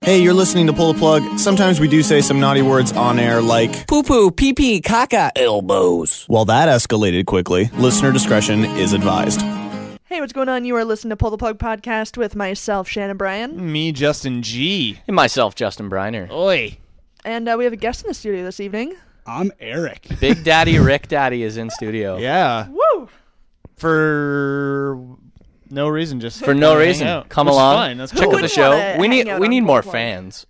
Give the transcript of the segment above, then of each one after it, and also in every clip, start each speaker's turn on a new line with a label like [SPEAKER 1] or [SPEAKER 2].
[SPEAKER 1] Hey, you're listening to Pull the Plug. Sometimes we do say some naughty words on air like,
[SPEAKER 2] Poo poo, pee pee, caca, elbows.
[SPEAKER 1] well, that escalated quickly. Listener discretion is advised.
[SPEAKER 3] Hey, what's going on? You are listening to Pull the Plug podcast with myself, Shannon Bryan,
[SPEAKER 4] Me, Justin G.
[SPEAKER 5] And myself, Justin Briner.
[SPEAKER 4] Oi.
[SPEAKER 3] and uh, we have a guest in the studio this evening.
[SPEAKER 6] I'm Eric.
[SPEAKER 5] Big Daddy Rick Daddy is in studio.
[SPEAKER 4] Yeah.
[SPEAKER 3] Woo!
[SPEAKER 4] For no reason, just
[SPEAKER 5] For no
[SPEAKER 4] hang
[SPEAKER 5] reason.
[SPEAKER 4] out,
[SPEAKER 5] Come
[SPEAKER 4] which is
[SPEAKER 5] along.
[SPEAKER 4] fine. That's
[SPEAKER 5] Check
[SPEAKER 4] cool.
[SPEAKER 5] out the
[SPEAKER 3] wouldn't
[SPEAKER 5] show.
[SPEAKER 3] wanna
[SPEAKER 5] We
[SPEAKER 3] hang
[SPEAKER 5] need
[SPEAKER 3] out
[SPEAKER 5] we
[SPEAKER 3] on
[SPEAKER 5] need
[SPEAKER 3] Cold
[SPEAKER 5] more
[SPEAKER 3] War?
[SPEAKER 5] fans.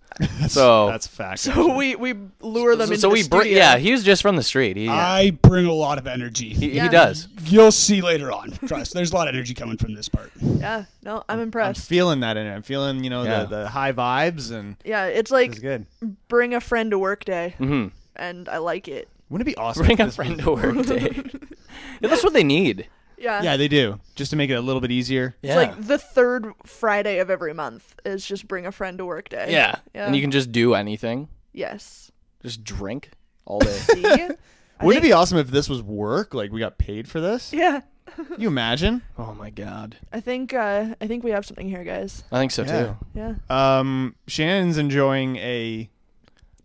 [SPEAKER 5] so
[SPEAKER 4] That's fact.
[SPEAKER 3] So we we lure them
[SPEAKER 5] so,
[SPEAKER 3] into
[SPEAKER 5] so
[SPEAKER 3] the
[SPEAKER 5] we br-
[SPEAKER 3] studio.
[SPEAKER 5] yeah, he was just from the street. He
[SPEAKER 4] Ah.
[SPEAKER 6] I bring a lot of energy.
[SPEAKER 5] he, he does.
[SPEAKER 6] You'll see later on. Trust. There's a lot of energy coming from this part.
[SPEAKER 3] yeah. No, I'm
[SPEAKER 4] I'm
[SPEAKER 3] impressed.
[SPEAKER 4] feeling that in it. I'm feeling, you know,
[SPEAKER 5] Yeah.
[SPEAKER 4] the, the high vibes and
[SPEAKER 3] yeah, it's
[SPEAKER 4] it's
[SPEAKER 3] like
[SPEAKER 4] good.
[SPEAKER 3] bring a friend to work day,
[SPEAKER 5] Mhm.
[SPEAKER 3] and I like it.
[SPEAKER 4] Wouldn't it be awesome?
[SPEAKER 5] Bring
[SPEAKER 4] if
[SPEAKER 5] a
[SPEAKER 4] this
[SPEAKER 5] friend
[SPEAKER 4] was-
[SPEAKER 5] to work day. Yeah, that's what they need.
[SPEAKER 3] Yeah,
[SPEAKER 4] Yeah, they do. Just to make it a little bit easier.
[SPEAKER 3] It's like the third Friday of every month is just bring a friend to work day.
[SPEAKER 5] yeah.
[SPEAKER 3] Yeah.
[SPEAKER 5] And you can just do anything.
[SPEAKER 3] Yes.
[SPEAKER 5] Just drink all day.
[SPEAKER 3] See? I
[SPEAKER 4] Wouldn't
[SPEAKER 3] think-
[SPEAKER 4] it be awesome if this was work? Like we got paid for this?
[SPEAKER 3] Yeah.
[SPEAKER 4] Can you imagine?
[SPEAKER 5] oh my god.
[SPEAKER 3] I think uh, I think we have something here, guys.
[SPEAKER 5] I think so
[SPEAKER 4] Yeah.
[SPEAKER 5] too.
[SPEAKER 3] Yeah.
[SPEAKER 4] Um, Shannon's enjoying a.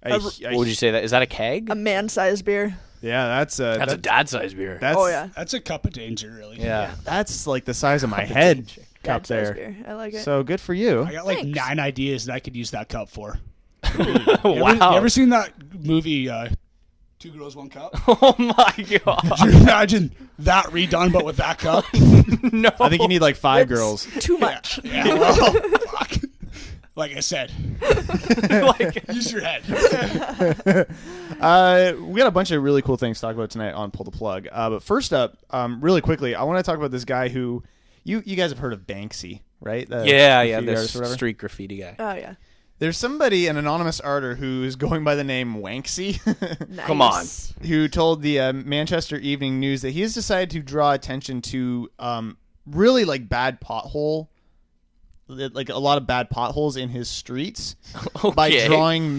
[SPEAKER 4] a-
[SPEAKER 3] A-
[SPEAKER 4] a-
[SPEAKER 5] What would you say that? Is that a keg?
[SPEAKER 3] A man-sized beer.
[SPEAKER 4] yeah, that's a.
[SPEAKER 5] that's a
[SPEAKER 4] that-
[SPEAKER 5] dad sized beer.
[SPEAKER 4] That's,
[SPEAKER 3] Oh yeah.
[SPEAKER 6] That's a cup of danger, really.
[SPEAKER 5] yeah.
[SPEAKER 4] That's like the size of my head cup
[SPEAKER 3] Dad-sized
[SPEAKER 4] there.
[SPEAKER 3] Beer. I like it.
[SPEAKER 4] So good for you.
[SPEAKER 6] I got like
[SPEAKER 3] Thanks.
[SPEAKER 6] nine ideas that I could use that cup for.
[SPEAKER 5] wow.
[SPEAKER 6] You ever seen that movie, uh, Two Girls, One Cup?
[SPEAKER 5] oh my god.
[SPEAKER 6] Could you imagine that redone, but with that cup?
[SPEAKER 5] no.
[SPEAKER 4] I think you need like five girls.
[SPEAKER 3] Too much.
[SPEAKER 6] yeah, well, fuck. Like I said,
[SPEAKER 5] like
[SPEAKER 6] use your head.
[SPEAKER 4] Uh, we got a bunch of really cool things to talk about tonight on Pull the Plug. Uh, but first up, um, really quickly, I want to talk about this guy who you you guys have heard of Banksy, right? The
[SPEAKER 5] Yeah,
[SPEAKER 4] Uh, graffiti
[SPEAKER 5] yeah,
[SPEAKER 4] artist or
[SPEAKER 5] this
[SPEAKER 4] whatever.
[SPEAKER 5] street graffiti guy.
[SPEAKER 3] Oh yeah.
[SPEAKER 4] There's somebody, an anonymous arter, who is going by the name Wanksy,
[SPEAKER 3] Nice.
[SPEAKER 5] Come on.
[SPEAKER 4] who told the uh, Manchester Evening News that he has decided to draw attention to um, really like bad pothole, like a lot of bad potholes in his streets by
[SPEAKER 5] Okay. Oh
[SPEAKER 4] drawing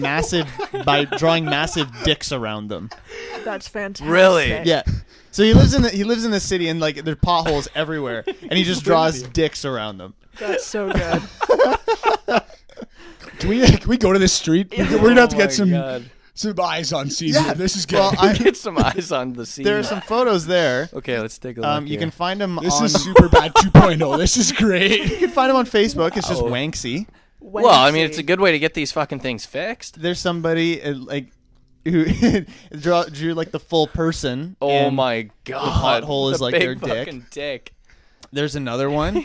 [SPEAKER 4] massive by drawing massive dicks around them.
[SPEAKER 3] That's fantastic.
[SPEAKER 5] Really?
[SPEAKER 4] Yeah. So he lives in the he lives in the city and like there's potholes everywhere and he just draws dicks around them.
[SPEAKER 3] That's so good.
[SPEAKER 6] Can we, can we go to this street? We're going to
[SPEAKER 5] Oh
[SPEAKER 6] have to get some, some eyes on Caesar.
[SPEAKER 4] Yeah.
[SPEAKER 6] This is good.
[SPEAKER 4] Well, I,
[SPEAKER 5] Get some eyes on the scene.
[SPEAKER 4] there are some photos there.
[SPEAKER 5] Okay, let's take a look.
[SPEAKER 4] Um, you
[SPEAKER 5] here.
[SPEAKER 4] can find him
[SPEAKER 6] this
[SPEAKER 4] on
[SPEAKER 6] is super bad 2.0. This is great. Oh.
[SPEAKER 4] you can find him on Facebook. It's just Wanksy.
[SPEAKER 3] Wednesday.
[SPEAKER 5] Oh. Well, I mean, it's a good way to get these fucking things fixed.
[SPEAKER 4] There's somebody uh, like who draw drew like the full person.
[SPEAKER 5] Oh
[SPEAKER 4] and
[SPEAKER 5] my god.
[SPEAKER 4] pothole is
[SPEAKER 5] The
[SPEAKER 4] like
[SPEAKER 5] big
[SPEAKER 4] their dick.
[SPEAKER 5] fucking dick.
[SPEAKER 4] There's another one.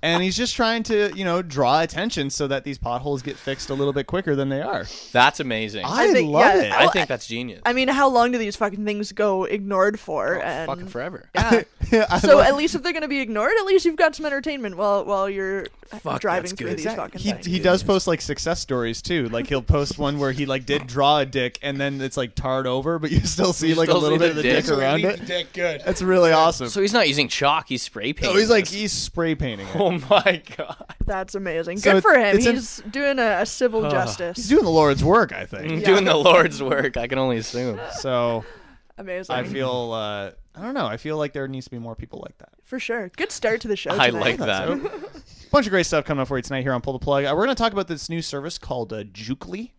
[SPEAKER 4] And he's just trying to, you know, draw attention so that these potholes get fixed a little bit quicker than they are.
[SPEAKER 5] That's amazing. I,
[SPEAKER 4] I,
[SPEAKER 3] think-
[SPEAKER 4] love
[SPEAKER 3] yeah,
[SPEAKER 4] it.
[SPEAKER 3] I- well,
[SPEAKER 5] think that's genius.
[SPEAKER 3] I mean, how long do these fucking things go ignored for?
[SPEAKER 4] Oh,
[SPEAKER 3] and
[SPEAKER 5] fucking forever.
[SPEAKER 3] Yeah.
[SPEAKER 4] I
[SPEAKER 3] So
[SPEAKER 4] love-
[SPEAKER 3] at least if they're going to be ignored, at least you've got some entertainment while while you're uh,
[SPEAKER 5] Fuck,
[SPEAKER 3] driving
[SPEAKER 5] that's
[SPEAKER 3] through
[SPEAKER 5] good.
[SPEAKER 3] these
[SPEAKER 5] Exactly.
[SPEAKER 3] fucking
[SPEAKER 4] he,
[SPEAKER 3] things.
[SPEAKER 4] he does post like success stories too. Like he'll post one where he like did draw a dick and then it's like tarred over, but you still see like
[SPEAKER 5] still
[SPEAKER 4] a little
[SPEAKER 5] see
[SPEAKER 4] bit of the
[SPEAKER 5] the
[SPEAKER 4] dick,
[SPEAKER 5] dick.
[SPEAKER 4] around it.
[SPEAKER 6] Dick, good.
[SPEAKER 4] That's really awesome.
[SPEAKER 5] So he's not using chalk, he's spray painting.
[SPEAKER 4] So Oh, he's like
[SPEAKER 5] this.
[SPEAKER 4] he's spray painting. It.
[SPEAKER 5] Oh my god.
[SPEAKER 3] That's amazing.
[SPEAKER 4] So
[SPEAKER 3] good for
[SPEAKER 4] it's-
[SPEAKER 3] him.
[SPEAKER 4] it's an-
[SPEAKER 3] He's doing a, a civil justice.
[SPEAKER 4] He's doing the Lord's work, I
[SPEAKER 5] I'm
[SPEAKER 4] think.
[SPEAKER 5] Doing the Lord's work, I can only assume.
[SPEAKER 4] So
[SPEAKER 3] amazing.
[SPEAKER 4] I feel uh, I don't know. I feel like there needs to be more people like that.
[SPEAKER 3] for sure. Good start to the show.
[SPEAKER 5] I
[SPEAKER 3] tonight.
[SPEAKER 5] like that.
[SPEAKER 4] Bunch of great stuff coming up for you tonight here on Pull the Plug. Uh, we're going to talk about this new service called uh, Jukely.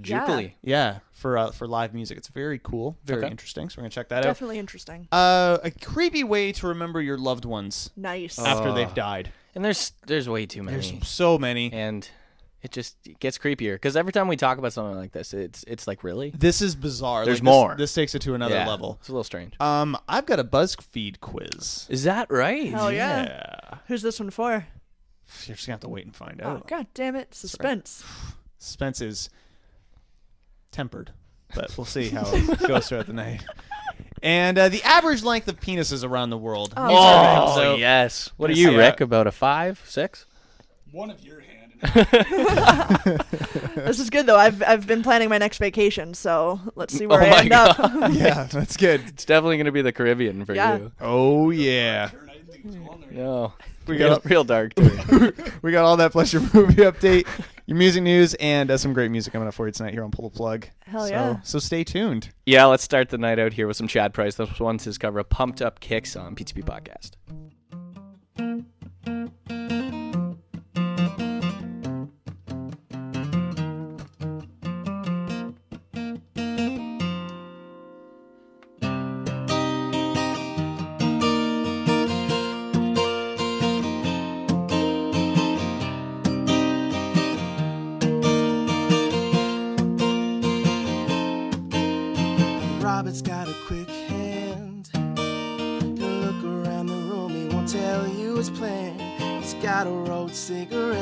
[SPEAKER 3] Yeah.
[SPEAKER 5] Jukely.
[SPEAKER 4] Yeah, for uh, for live music. It's very cool, very
[SPEAKER 5] Okay.
[SPEAKER 4] interesting. So we're going to check that out.
[SPEAKER 3] Definitely interesting.
[SPEAKER 4] Uh, a creepy way to remember your loved ones
[SPEAKER 3] Nice.
[SPEAKER 4] after they've died.
[SPEAKER 5] And there's there's way too many.
[SPEAKER 4] There's so many.
[SPEAKER 5] and it just gets creepier because every time we talk about something like this, it's it's like really
[SPEAKER 4] This is bizarre.
[SPEAKER 5] There's
[SPEAKER 4] Like, this-
[SPEAKER 5] more.
[SPEAKER 4] This, takes it to another
[SPEAKER 5] Yeah,
[SPEAKER 4] level.
[SPEAKER 5] It's a little strange.
[SPEAKER 4] Um, I've got a BuzzFeed quiz.
[SPEAKER 5] Is that right?
[SPEAKER 3] Hell yeah.
[SPEAKER 4] Yeah.
[SPEAKER 3] Who's this one for?
[SPEAKER 4] You're just gonna have to wait and find
[SPEAKER 3] Oh,
[SPEAKER 4] out.
[SPEAKER 3] God damn it. Suspense.
[SPEAKER 4] Spence is tempered, but we'll see how it goes throughout the night. And uh, the average length of penises around the world.
[SPEAKER 5] Oh,
[SPEAKER 4] So-
[SPEAKER 5] yes. What are
[SPEAKER 4] Yes, uh,
[SPEAKER 5] you,
[SPEAKER 4] yeah.
[SPEAKER 5] Rick? About a five, six?
[SPEAKER 6] One of your hand.
[SPEAKER 3] This is good though. I've I've been planning my next vacation, so let's see where
[SPEAKER 5] Oh
[SPEAKER 3] I
[SPEAKER 5] my
[SPEAKER 3] end up.
[SPEAKER 4] yeah, that's good.
[SPEAKER 5] It's definitely gonna be the Caribbean for
[SPEAKER 3] Yeah.
[SPEAKER 5] you.
[SPEAKER 4] Oh yeah,
[SPEAKER 6] I didn't think it was on there.
[SPEAKER 5] No,
[SPEAKER 4] we
[SPEAKER 5] real,
[SPEAKER 4] got
[SPEAKER 5] real dark. Tour.
[SPEAKER 4] we got all that plus your movie update, your music news, and uh, some great music coming up for you tonight here on Pull the Plug.
[SPEAKER 3] Hell
[SPEAKER 4] So-
[SPEAKER 3] yeah.
[SPEAKER 4] So stay tuned.
[SPEAKER 5] yeah, let's start the night out here with some Chad Price. This one's his cover of "Pumped Up Kicks" on PTP Podcast.
[SPEAKER 7] old cigarette.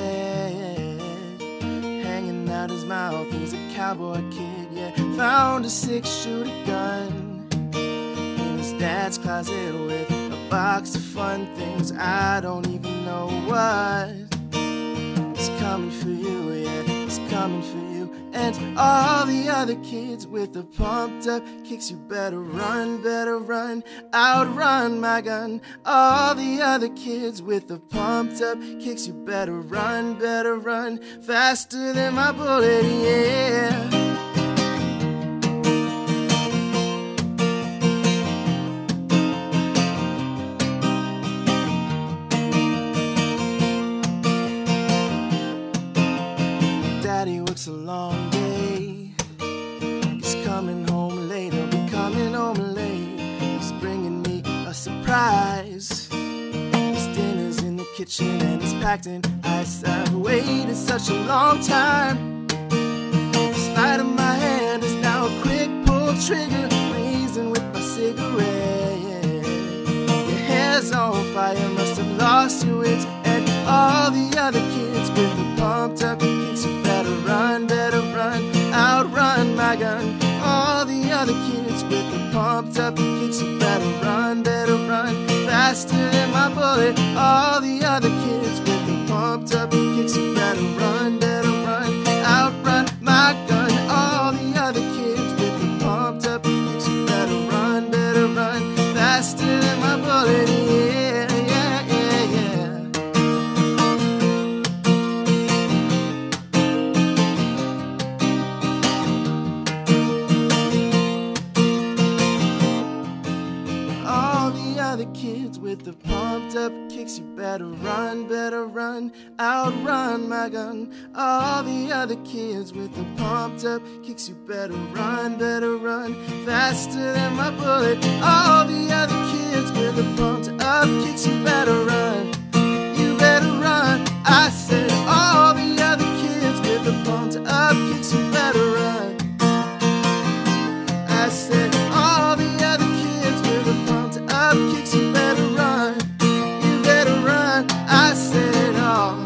[SPEAKER 7] Hanging out his mouth, he's a cowboy kid, yeah. Found a six shooter gun in his dad's closet with a box of fun things. I don't even know what. It's coming for you, yeah, it's coming for you. And all the other kids with the pumped up kicks, you better run, better run, outrun my gun. All the other kids with the pumped up kicks, you better run, better run, faster than my bullet, yeah. Daddy works a long day. He's coming home late. He'll be coming home late. He's bringing me a surprise. His dinner's in the kitchen and it's packed in ice. I've waited such a long time. The slide of my hand is now a quick pull trigger. Raising with my cigarette. Your hair's on fire, must have lost your wits. And all the other kids with the pumped up kicks, you better run, better run, outrun my gun. All the other kids with the pumped up kicks, you better run, better run, faster than my bullet. All the other kids with the pumped up kicks, you better run, better run, outrun my gun. All the other kids with the pumped up kicks, you better run, better run, faster than my bullet. Yeah, yeah, yeah, yeah. All the other kids with the pumped up kicks, you better run, better run, outrun my gun. All the other kids with the pumped up kicks, you better run, better run, faster than my bullet. All the other kids with the pumped up kicks, you better run, you better run. I said, all the other kids with the pumped up kicks, you better run. I said, all the other kids with a pumped up kicks, you better run. You better run. I said, oh.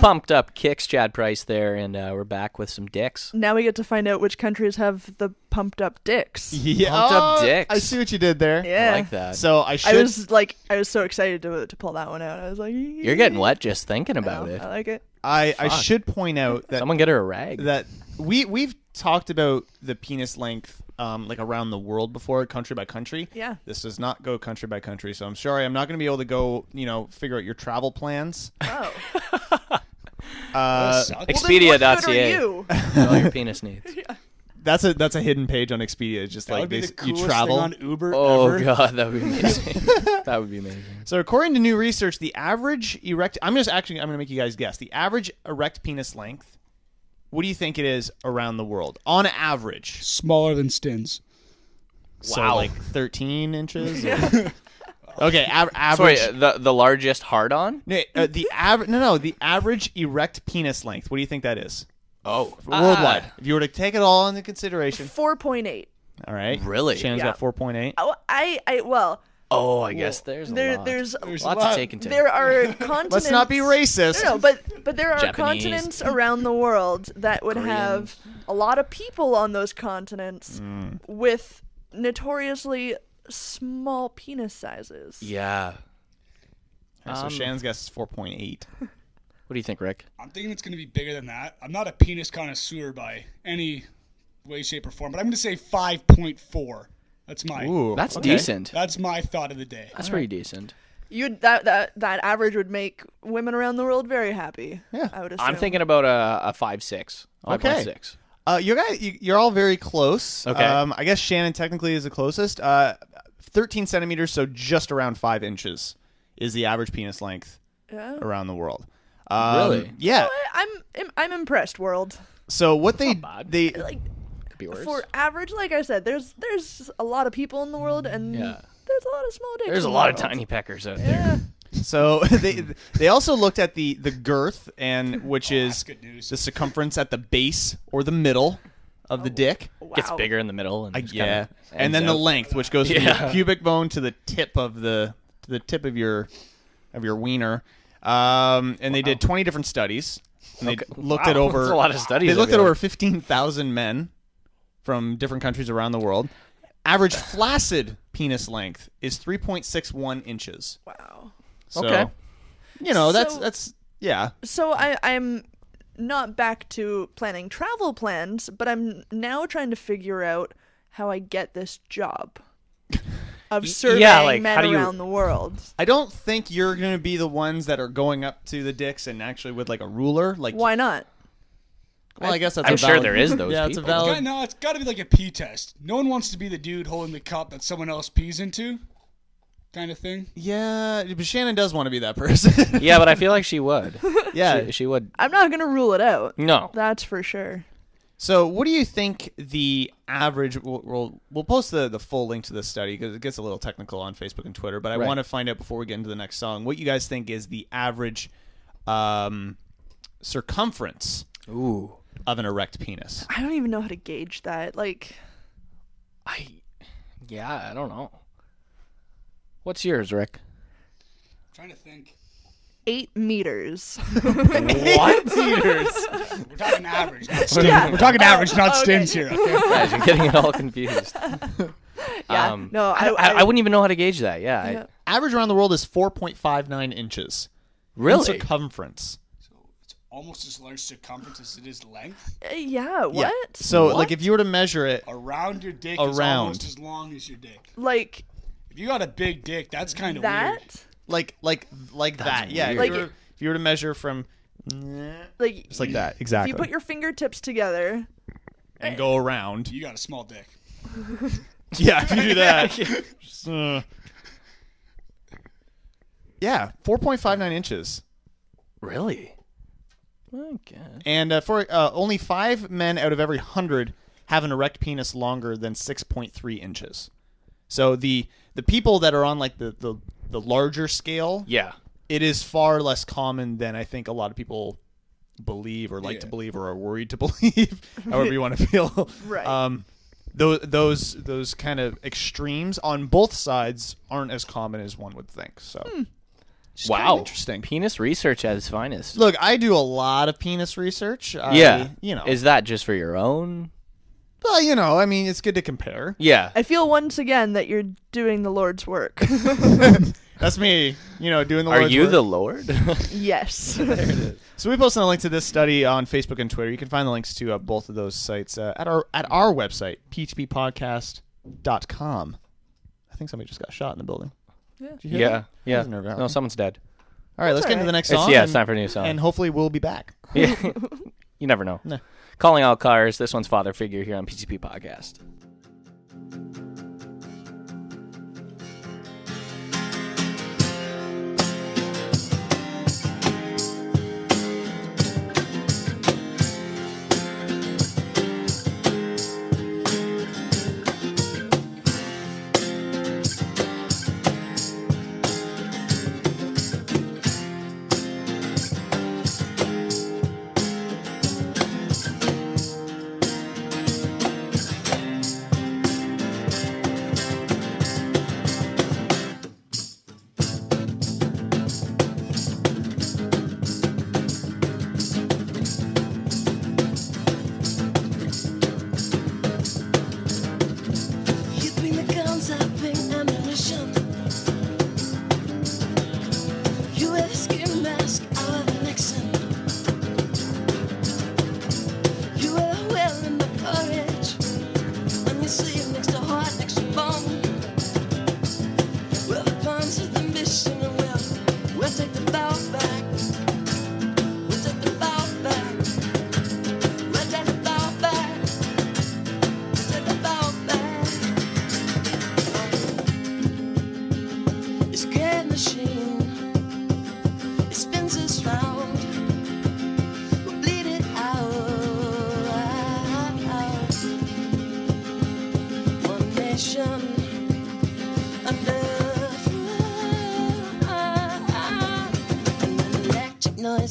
[SPEAKER 5] Pumped up kicks, Chad Price there, and uh, we're back with some dicks.
[SPEAKER 3] Now we get to find out which countries have the pumped up dicks.
[SPEAKER 4] Yeah, Oh,
[SPEAKER 5] Pumped up dicks.
[SPEAKER 4] I see what you did there.
[SPEAKER 5] I
[SPEAKER 3] Yeah.
[SPEAKER 5] like that.
[SPEAKER 4] So I should.
[SPEAKER 3] I was like, I was so excited to, to pull that one out. I was like,
[SPEAKER 5] You're getting wet just thinking about it.
[SPEAKER 3] I like it.
[SPEAKER 4] I, I should point out that
[SPEAKER 5] Someone get her a rag.
[SPEAKER 4] that we we've talked about the penis length um, like around the world before, country by country.
[SPEAKER 3] Yeah.
[SPEAKER 4] This does not go country by country, so I'm sorry, I'm not going to be able to go. You know, figure out your travel plans.
[SPEAKER 3] Oh,
[SPEAKER 4] Uh,
[SPEAKER 6] Sucks.
[SPEAKER 3] good are
[SPEAKER 5] Expedia.ca.
[SPEAKER 3] you?
[SPEAKER 5] All your penis needs.
[SPEAKER 4] that's a that's a hidden page on Expedia. It's just
[SPEAKER 6] That
[SPEAKER 4] like
[SPEAKER 6] would be
[SPEAKER 4] they,
[SPEAKER 6] the
[SPEAKER 4] you
[SPEAKER 6] coolest
[SPEAKER 4] travel.
[SPEAKER 6] thing on Uber
[SPEAKER 5] Oh
[SPEAKER 6] ever.
[SPEAKER 5] god, that would be amazing. that would be amazing.
[SPEAKER 4] so according to new research, the average erect. I'm just actually I'm going to make you guys guess the average erect penis length. What do you think it is around the world on average?
[SPEAKER 6] Smaller than Stins.
[SPEAKER 4] So like 13 inches. or- okay, av-
[SPEAKER 5] Sorry,
[SPEAKER 4] average.
[SPEAKER 5] uh, the the largest hard on?
[SPEAKER 4] No, uh, the average. No, no, the average erect penis length. What do you think that is
[SPEAKER 5] Oh,
[SPEAKER 4] worldwide? If you were to take it all into consideration,
[SPEAKER 3] Four point eight.
[SPEAKER 4] all right.
[SPEAKER 5] Really?
[SPEAKER 4] Shannon's
[SPEAKER 3] Yeah.
[SPEAKER 4] got 4.8.
[SPEAKER 3] Oh, I, I, well,
[SPEAKER 5] Oh, I guess there's a
[SPEAKER 3] there,
[SPEAKER 5] lot.
[SPEAKER 3] there's,
[SPEAKER 6] There's
[SPEAKER 5] lot,
[SPEAKER 6] a
[SPEAKER 5] to take into.
[SPEAKER 3] there are continents.
[SPEAKER 4] Let's not be racist.
[SPEAKER 3] No, no, but but there are
[SPEAKER 5] Japanese.
[SPEAKER 3] continents around the world that would have a lot of people on those continents with notoriously small penis sizes.
[SPEAKER 5] yeah.
[SPEAKER 4] Okay, so
[SPEAKER 5] Um,
[SPEAKER 4] Shannon's guess is 4.8.
[SPEAKER 5] What do you think, Rick?
[SPEAKER 6] I'm thinking it's going to be bigger than that. I'm not a penis connoisseur by any way, shape, or form, but I'm going to say 5.4. That's my
[SPEAKER 4] Ooh,
[SPEAKER 5] That's
[SPEAKER 4] okay.
[SPEAKER 5] decent.
[SPEAKER 6] that's my thought of the day.
[SPEAKER 5] That's pretty decent.
[SPEAKER 3] You'd that that that average would make women around the world very happy. Yeah, I would assume.
[SPEAKER 5] I'm thinking about a, a five six.
[SPEAKER 4] Okay. Uh, you guys, you, you're all very close.
[SPEAKER 5] Okay.
[SPEAKER 4] Um, I guess Shannon technically is the closest. Uh, 13 centimeters, so just around five inches, is the average penis length
[SPEAKER 3] Yeah.
[SPEAKER 4] around the world. Um,
[SPEAKER 5] Really?
[SPEAKER 4] Yeah.
[SPEAKER 3] I'm I'm, I'm impressed, world.
[SPEAKER 4] So what they
[SPEAKER 5] bad.
[SPEAKER 4] they
[SPEAKER 3] Like
[SPEAKER 5] Could be worse.
[SPEAKER 3] for average, like I said, there's there's a lot of people in the world, and
[SPEAKER 5] Yeah.
[SPEAKER 3] there's a lot of small dicks.
[SPEAKER 5] There's a
[SPEAKER 3] in the
[SPEAKER 5] lot of
[SPEAKER 3] world.
[SPEAKER 5] tiny peckers out there.
[SPEAKER 3] Yeah.
[SPEAKER 4] So they they also looked at the the girth and which is
[SPEAKER 6] good news.
[SPEAKER 4] the circumference at the base or the middle of the dick.
[SPEAKER 5] Gets
[SPEAKER 3] Wow.
[SPEAKER 5] bigger in the middle, and just
[SPEAKER 4] yeah,
[SPEAKER 5] kinda
[SPEAKER 4] and
[SPEAKER 5] ends
[SPEAKER 4] then the
[SPEAKER 5] out.
[SPEAKER 4] length, which goes from
[SPEAKER 5] Yeah.
[SPEAKER 4] the pubic bone to the tip of the to the tip of your of your wiener. Um, and they did twenty different studies. And they looked at
[SPEAKER 5] Wow.
[SPEAKER 4] over
[SPEAKER 5] That's a lot of studies
[SPEAKER 4] They
[SPEAKER 5] over
[SPEAKER 4] looked at
[SPEAKER 5] there.
[SPEAKER 4] over fifteen thousand men from different countries around the world. Average flaccid penis length is three point six one inches.
[SPEAKER 3] Wow.
[SPEAKER 4] So,
[SPEAKER 5] Okay.
[SPEAKER 4] you know that's
[SPEAKER 3] So-
[SPEAKER 4] that's yeah.
[SPEAKER 3] So I, I'm not back to planning travel plans, but I'm now trying to figure out how I get this job of surveying
[SPEAKER 5] like, how
[SPEAKER 3] men
[SPEAKER 5] do you-
[SPEAKER 3] around the world.
[SPEAKER 4] I don't think you're gonna be the ones that are going up to the dicks and actually with like a ruler. Like,
[SPEAKER 3] Why not?
[SPEAKER 4] well, I guess that's
[SPEAKER 5] I'm
[SPEAKER 4] a
[SPEAKER 5] sure
[SPEAKER 4] valid-
[SPEAKER 5] there is those
[SPEAKER 4] Yeah, it's a
[SPEAKER 5] people.
[SPEAKER 6] Yeah,
[SPEAKER 4] valid.
[SPEAKER 6] no, it's got to be like a pee test. No one wants to be the dude holding the cup that someone else pees into, kind of thing.
[SPEAKER 4] Yeah, but Shannon does want to be that person.
[SPEAKER 5] Yeah, but I feel like she would.
[SPEAKER 4] yeah.
[SPEAKER 5] She- she would.
[SPEAKER 3] I'm not gonna rule it out.
[SPEAKER 5] No.
[SPEAKER 3] That's for sure.
[SPEAKER 4] So, what do you think the average? We'll we'll, we'll post the, the full link to this study because it gets a little technical on Facebook and Twitter. But I
[SPEAKER 5] Right.
[SPEAKER 4] want to find out before we get into the next song what you guys think is the average um, circumference
[SPEAKER 5] Ooh.
[SPEAKER 4] of an erect penis.
[SPEAKER 3] I don't even know how to gauge that. Like,
[SPEAKER 5] I. Yeah, I don't know. What's yours, Rick?
[SPEAKER 6] trying to think.
[SPEAKER 3] eight meters.
[SPEAKER 4] What meters?
[SPEAKER 6] We're talking average, not stins. We're talking
[SPEAKER 3] Oh,
[SPEAKER 6] average, not stins here. Okay?
[SPEAKER 5] Guys, you're getting it all confused.
[SPEAKER 3] yeah.
[SPEAKER 5] Um,
[SPEAKER 3] no, I,
[SPEAKER 5] I, I, I wouldn't even know how to gauge that. Yeah. I-
[SPEAKER 3] Yeah.
[SPEAKER 4] average around the world is four point five nine inches. in
[SPEAKER 5] really?
[SPEAKER 4] circumference.
[SPEAKER 6] It's almost as large circumference as it is length.
[SPEAKER 3] Uh, yeah. What?
[SPEAKER 4] Yeah. So, like, if you were to measure it,
[SPEAKER 6] Around your dick is
[SPEAKER 4] Around.
[SPEAKER 6] almost as long as your dick.
[SPEAKER 3] like
[SPEAKER 6] If you got a big dick, that's kind of weird.
[SPEAKER 3] that?
[SPEAKER 4] like like like that, yeah. If,
[SPEAKER 3] Like
[SPEAKER 4] you were,
[SPEAKER 3] it-
[SPEAKER 4] if you were to measure from
[SPEAKER 3] Like,
[SPEAKER 4] like that,
[SPEAKER 3] if
[SPEAKER 4] exactly,
[SPEAKER 3] you put your fingertips together,
[SPEAKER 4] and go around.
[SPEAKER 6] You got a small dick.
[SPEAKER 4] Yeah, if you do that. Just, uh, yeah, 4.59 inches.
[SPEAKER 5] Really? Okay.
[SPEAKER 4] And uh, for uh, only five men out of every hundred have an erect penis longer than 6.3 inches. So the the people that are on like the the, the larger scale,
[SPEAKER 5] Yeah.
[SPEAKER 4] it is far less common than I think a lot of people believe or like to believe or are worried to believe, however you want to feel.
[SPEAKER 3] Right.
[SPEAKER 4] Um, those those those kind of extremes on both sides aren't as common as one would think. So,
[SPEAKER 5] Hmm.
[SPEAKER 4] Just kind of
[SPEAKER 5] Wow.
[SPEAKER 4] interesting.
[SPEAKER 5] Penis research at its finest.
[SPEAKER 4] Look, I do a lot of penis research. I,
[SPEAKER 5] yeah.
[SPEAKER 4] you know,
[SPEAKER 5] Is that just for your own?
[SPEAKER 4] well, you know, I mean, it's good to compare.
[SPEAKER 5] Yeah.
[SPEAKER 3] I feel once again that you're doing the Lord's work.
[SPEAKER 4] That's me, you know, doing the.
[SPEAKER 5] Are
[SPEAKER 4] Lord's
[SPEAKER 5] you
[SPEAKER 4] work.
[SPEAKER 5] the Lord?
[SPEAKER 3] yes.
[SPEAKER 4] So we posted a link to this study on Facebook and Twitter. You can find the links to uh, both of those sites uh, at our at our website, phppodcast.com. I think somebody just got shot in the building.
[SPEAKER 5] yeah. Yeah.
[SPEAKER 4] That was nerve-wracking.
[SPEAKER 5] No, someone's dead.
[SPEAKER 4] All right, let's get into the next
[SPEAKER 5] It's-
[SPEAKER 4] song.
[SPEAKER 5] yeah, it's time for a new song.
[SPEAKER 4] And hopefully we'll be back.
[SPEAKER 5] Yeah. you never know. Calling all cars. This one's father figure here on PCP podcast.
[SPEAKER 8] You've been the guns I've been ammunition. You were the skin mask, I were the Nixon. You were the will and the courage. On your sleeve, next to heart, next to bone. We're the bombs with the mission and will. We'll take the bow back. We'll take the bow back. We'll take the bow back. We'll take the bow back. It's great machine. It spins us round. We'll bleed it out. One nation under flag.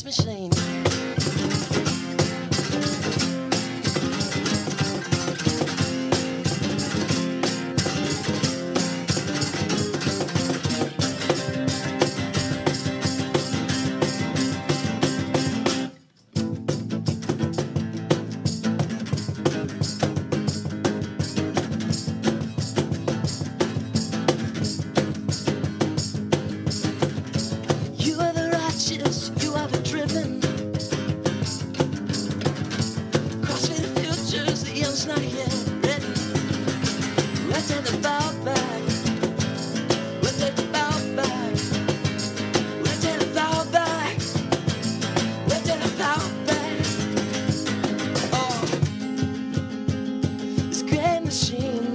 [SPEAKER 8] machine. You are the righteous, you are the driven. CrossFit futures, the young's not yet ready. Let's take the bow back. Let's take the bow back. Let's take the bow back. Let's take the bow back. Oh, this great machine,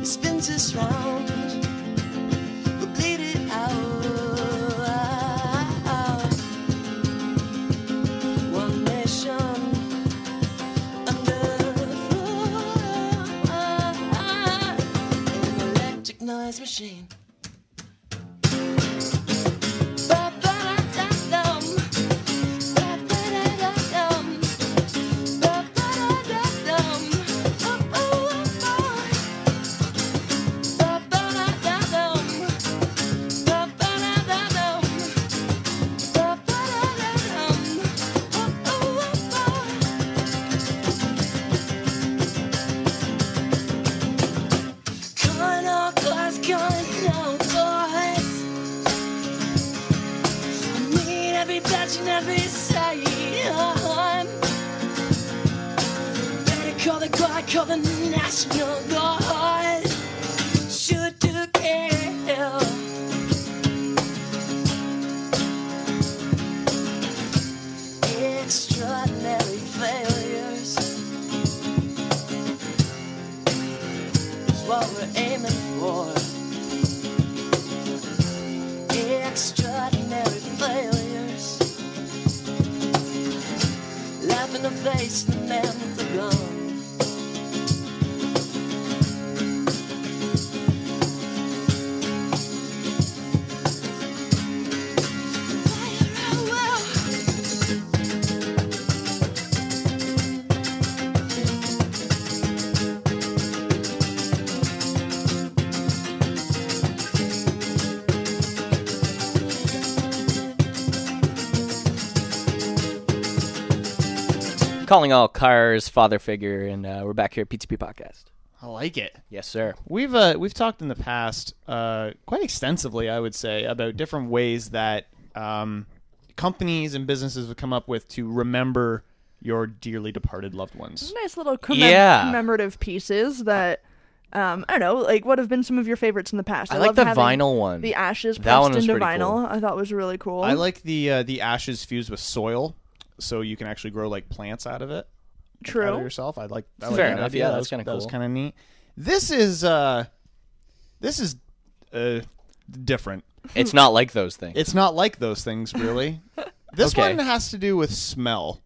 [SPEAKER 8] it spins us round. We'll bleed it out. One nation under the flag, an electric noise machine. Ba-ba-da-dum. Ba-ba-da-dum. Ba-ba-da-dum. Oh, oh, oh, oh. Every side, better call the guard, call the national guard should do care. Extraordinary failures is what we're aiming for. Extraordinary failures. Laugh in the face, the man with the gun.
[SPEAKER 5] Calling all cars, father figure, and uh, we're back here at PTP Podcast.
[SPEAKER 4] I like it.
[SPEAKER 5] Yes, sir.
[SPEAKER 4] We've uh, we've talked in the past uh, quite extensively, I would say, about different ways that um, companies and businesses would come up with to remember your dearly departed loved ones.
[SPEAKER 3] nice little commem-
[SPEAKER 5] Yeah.
[SPEAKER 3] commemorative pieces that um, I don't know, like what have been some of your favorites in the past?
[SPEAKER 5] I like
[SPEAKER 3] love
[SPEAKER 5] the
[SPEAKER 3] having
[SPEAKER 5] vinyl one.
[SPEAKER 3] The ashes
[SPEAKER 5] That
[SPEAKER 3] pressed
[SPEAKER 5] one was
[SPEAKER 3] into
[SPEAKER 5] pretty
[SPEAKER 3] vinyl.
[SPEAKER 5] cool.
[SPEAKER 3] I thought was really cool.
[SPEAKER 4] I like the uh, the ashes fused with soil, so you can actually grow like plants out of it. out of
[SPEAKER 3] True.
[SPEAKER 4] yourself. I like I
[SPEAKER 5] Fair
[SPEAKER 4] like that
[SPEAKER 5] enough,
[SPEAKER 4] idea.
[SPEAKER 5] yeah,
[SPEAKER 4] that
[SPEAKER 5] that's
[SPEAKER 4] was-
[SPEAKER 5] kinda
[SPEAKER 4] That was
[SPEAKER 5] cool.
[SPEAKER 4] kind of neat. This is uh, this is uh, different.
[SPEAKER 5] It's not like those things.
[SPEAKER 4] It's not like those things really. This
[SPEAKER 5] Okay.
[SPEAKER 4] one has to do with smell.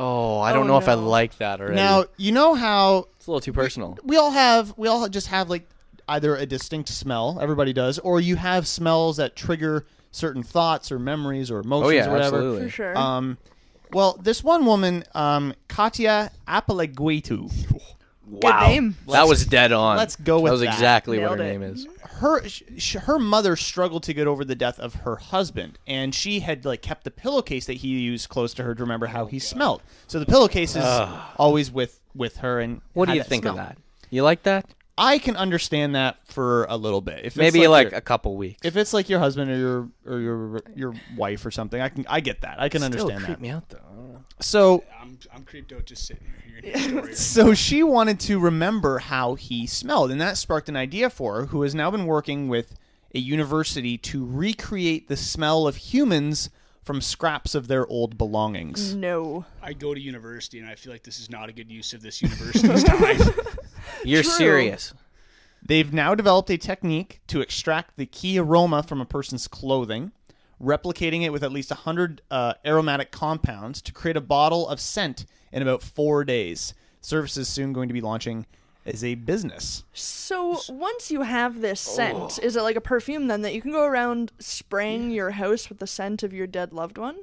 [SPEAKER 5] oh, I don't know
[SPEAKER 3] Oh,
[SPEAKER 5] if I
[SPEAKER 3] no.
[SPEAKER 5] like that already.
[SPEAKER 4] Now you know how
[SPEAKER 5] it's a little too personal.
[SPEAKER 4] we all have we all just have like either a distinct smell everybody does, or you have smells that trigger certain thoughts or memories or emotions
[SPEAKER 5] Oh yeah,
[SPEAKER 4] or whatever.
[SPEAKER 5] absolutely.
[SPEAKER 3] For sure.
[SPEAKER 4] Um, well, this one woman, um, Katya Apalaguetu.
[SPEAKER 5] Wow,
[SPEAKER 3] name.
[SPEAKER 5] that was dead on.
[SPEAKER 4] let's go with
[SPEAKER 5] that. Was
[SPEAKER 4] that.
[SPEAKER 5] exactly
[SPEAKER 3] Nailed
[SPEAKER 5] what her
[SPEAKER 3] it.
[SPEAKER 5] name is.
[SPEAKER 4] her sh- sh- her mother struggled to get over the death of her husband, and she had like kept the pillowcase that he used close to her to remember how he smelled. So the pillowcase is always with with her. And
[SPEAKER 5] What do
[SPEAKER 4] had
[SPEAKER 5] you
[SPEAKER 4] that
[SPEAKER 5] think of
[SPEAKER 4] smell.
[SPEAKER 5] that? You like that?
[SPEAKER 4] I can understand that for a little bit. If it's
[SPEAKER 5] Maybe like,
[SPEAKER 4] your-
[SPEAKER 5] a couple weeks.
[SPEAKER 4] if it's like your husband or your or your your wife or something, I can I get that. I can understand
[SPEAKER 5] creep
[SPEAKER 4] that.
[SPEAKER 5] me out though. I don't know.
[SPEAKER 4] So
[SPEAKER 6] I'm, I'm creeped out just sitting here. hearing his story.
[SPEAKER 4] So she wanted to remember how he smelled, and that sparked an idea for her, who has now been working with a university to recreate the smell of humans from scraps of their old belongings.
[SPEAKER 3] no.
[SPEAKER 6] I go to university, and I feel like this is not a good use of this university's time.
[SPEAKER 5] You're
[SPEAKER 3] True.
[SPEAKER 5] serious.
[SPEAKER 4] They've now developed a technique to extract the key aroma from a person's clothing, replicating it with at least 100 uh, aromatic compounds to create a bottle of scent in about four days. Service is soon going to be launching as a business.
[SPEAKER 3] So once you have this
[SPEAKER 4] Oh.
[SPEAKER 3] scent, is it like a perfume then that you can go around spraying your house with the scent of your dead loved one?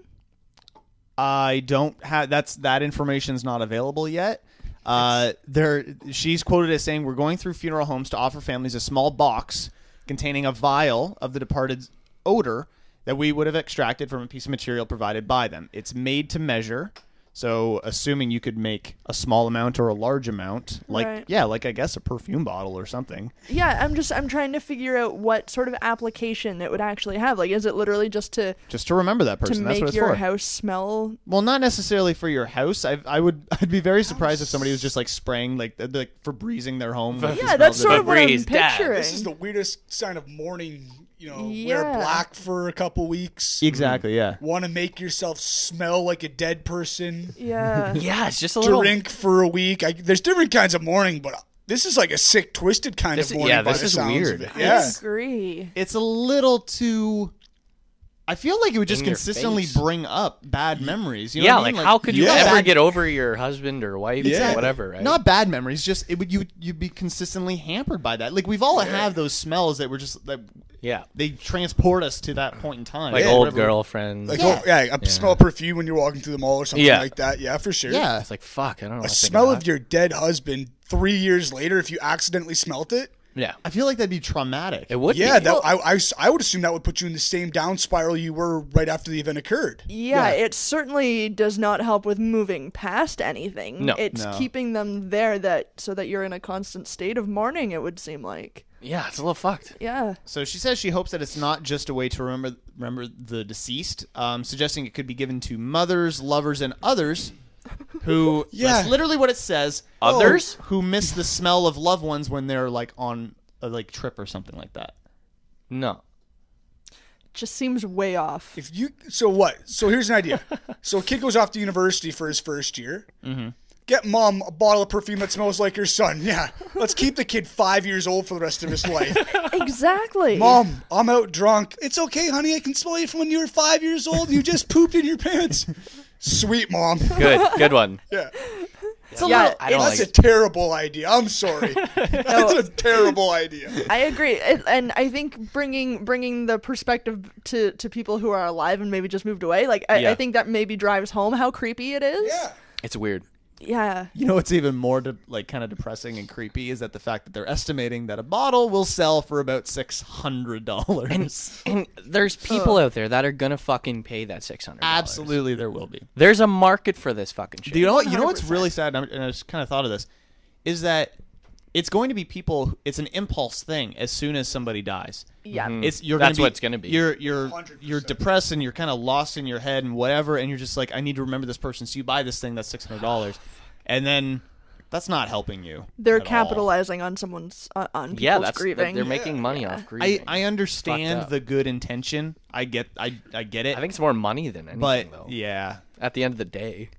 [SPEAKER 4] I don't have that's that information's not available yet. Uh, there, she's quoted as saying, "We're going through funeral homes to offer families a small box containing a vial of the departed's odor that we would have extracted from a piece of material provided by them. It's made to measure." So, assuming you could make a small amount or a large amount, like
[SPEAKER 3] Right.
[SPEAKER 4] yeah, like I guess a perfume bottle or something.
[SPEAKER 3] Yeah, I'm just I'm trying to figure out what sort of application it would actually have. Like, is it literally just to
[SPEAKER 4] Just to remember that
[SPEAKER 3] to
[SPEAKER 4] person. That's
[SPEAKER 3] make
[SPEAKER 4] what it's
[SPEAKER 3] your
[SPEAKER 4] for.
[SPEAKER 3] house smell?
[SPEAKER 4] Well, not necessarily for your house. I, I would. I'd be very surprised if somebody was just like spraying, like uh, like for breezing their home. with the
[SPEAKER 3] Yeah,
[SPEAKER 4] smell
[SPEAKER 3] that's
[SPEAKER 4] of
[SPEAKER 3] sort of what I'm
[SPEAKER 5] Febreze, Dad.
[SPEAKER 3] picturing.
[SPEAKER 6] This is the weirdest sign of mourning. You know, wear
[SPEAKER 3] Yeah.
[SPEAKER 6] black for a couple weeks.
[SPEAKER 4] exactly. Yeah.
[SPEAKER 6] Want to make yourself smell like a dead person.
[SPEAKER 3] yeah,
[SPEAKER 5] Yeah, it's just a little.
[SPEAKER 6] Drink for a week. I, there's different kinds of mourning, but this is like a sick, twisted kind
[SPEAKER 5] This
[SPEAKER 6] of
[SPEAKER 5] is-
[SPEAKER 6] mourning.
[SPEAKER 5] yeah,
[SPEAKER 6] by
[SPEAKER 5] this
[SPEAKER 6] the
[SPEAKER 5] is
[SPEAKER 6] sounds
[SPEAKER 5] weird.
[SPEAKER 6] Of it.
[SPEAKER 3] I
[SPEAKER 6] Yeah.
[SPEAKER 3] agree.
[SPEAKER 4] It's a little too. I feel like it would just
[SPEAKER 5] In your
[SPEAKER 4] consistently
[SPEAKER 5] face.
[SPEAKER 4] bring up bad memories. You know
[SPEAKER 5] yeah,
[SPEAKER 4] what I
[SPEAKER 5] like,
[SPEAKER 4] mean?
[SPEAKER 5] how could you
[SPEAKER 6] Yeah.
[SPEAKER 5] ever
[SPEAKER 4] Bad-
[SPEAKER 5] get over your husband or wife
[SPEAKER 6] Exactly.
[SPEAKER 5] or whatever? Right?
[SPEAKER 4] Not bad memories, just it would you you'd be consistently hampered by that. Like we've all have those smells that were just that
[SPEAKER 5] yeah,
[SPEAKER 4] they transport us to that point in time.
[SPEAKER 5] like
[SPEAKER 4] Yeah,
[SPEAKER 5] old
[SPEAKER 4] whatever-
[SPEAKER 5] girlfriends.
[SPEAKER 6] Like,
[SPEAKER 4] Yeah.
[SPEAKER 6] oh, yeah, I smell of perfume when you're walking through the mall or something
[SPEAKER 5] Yeah.
[SPEAKER 6] like that. Yeah, for sure.
[SPEAKER 4] Yeah,
[SPEAKER 5] it's like fuck. I don't know.
[SPEAKER 6] A
[SPEAKER 5] what to think
[SPEAKER 6] smell of
[SPEAKER 5] that.
[SPEAKER 6] your dead husband three years later, if you accidentally smelt it.
[SPEAKER 5] yeah.
[SPEAKER 4] I feel like that'd be traumatic.
[SPEAKER 5] It would.
[SPEAKER 6] Yeah,
[SPEAKER 5] be.
[SPEAKER 6] that, I, I, I would assume that would put you in the same down spiral you were right after the event occurred.
[SPEAKER 3] Yeah, it certainly does not help with moving past anything.
[SPEAKER 5] No.
[SPEAKER 3] it's keeping them there that so that you're in a constant state of mourning. It would seem like.
[SPEAKER 5] yeah, it's a little fucked.
[SPEAKER 3] Yeah,
[SPEAKER 4] So she says she hopes that it's not just a way to remember remember the deceased, um, suggesting it could be given to mothers, lovers, and others who
[SPEAKER 6] Yeah.
[SPEAKER 4] that's literally what it says.
[SPEAKER 5] Others?
[SPEAKER 4] who miss the smell of loved ones when they're like on a like trip or something like that.
[SPEAKER 5] No.
[SPEAKER 3] just seems way off.
[SPEAKER 6] If you so what? So here's an idea. so a kid goes off to university for his first year. Mm-hmm. Get mom a bottle of perfume that smells like your son. Yeah, let's keep the kid five years old for the rest of his life.
[SPEAKER 3] exactly.
[SPEAKER 6] mom, I'm out drunk. It's okay, honey. I can smell you from when you were five years old. You just pooped in your pants. Sweet mom.
[SPEAKER 5] Good. Good one.
[SPEAKER 6] Yeah,
[SPEAKER 5] It's a
[SPEAKER 3] Yeah,
[SPEAKER 5] little. I don't
[SPEAKER 6] that's
[SPEAKER 5] like.
[SPEAKER 6] a terrible idea. I'm sorry. That's a terrible idea.
[SPEAKER 3] I agree, and and I think bringing bringing the perspective to to people who are alive and maybe just moved away, like I,
[SPEAKER 5] Yeah.
[SPEAKER 3] I think that maybe drives home how creepy it is.
[SPEAKER 6] Yeah.
[SPEAKER 5] It's weird.
[SPEAKER 3] Yeah.
[SPEAKER 4] You know what's even more de- like kind of depressing and creepy is that the fact that they're estimating that a bottle will sell for about six hundred dollars.
[SPEAKER 5] And there's people out there that are gonna fucking pay that six hundred.
[SPEAKER 4] Absolutely, there will be.
[SPEAKER 5] There's a market for this fucking shit.
[SPEAKER 4] Do you know what, you know what's really sad, and, I'm, and I just kind of thought of this, is that it's going to be people. It's an impulse thing. As soon as somebody dies,
[SPEAKER 3] Yeah.
[SPEAKER 4] Mm-hmm. it's you're.
[SPEAKER 5] That's
[SPEAKER 4] gonna be,
[SPEAKER 5] what it's gonna be.
[SPEAKER 4] You're you're
[SPEAKER 6] 100%.
[SPEAKER 4] you are depressed and you're kind of lost in your head and whatever, and you're just like, I need to remember this person. So you buy this thing that's six hundred dollars, and then that's not helping you.
[SPEAKER 3] They're
[SPEAKER 4] at all.
[SPEAKER 3] capitalizing on someone's on, on people's
[SPEAKER 5] yeah, that's
[SPEAKER 3] grieving.
[SPEAKER 5] they're making money off
[SPEAKER 4] I
[SPEAKER 5] grieving.
[SPEAKER 4] I
[SPEAKER 5] Fucked
[SPEAKER 4] understand
[SPEAKER 5] up.
[SPEAKER 4] the good intention. I get I I get it.
[SPEAKER 5] I think it's more money than anything,
[SPEAKER 4] but
[SPEAKER 5] though.
[SPEAKER 4] yeah,
[SPEAKER 5] At the end of the day,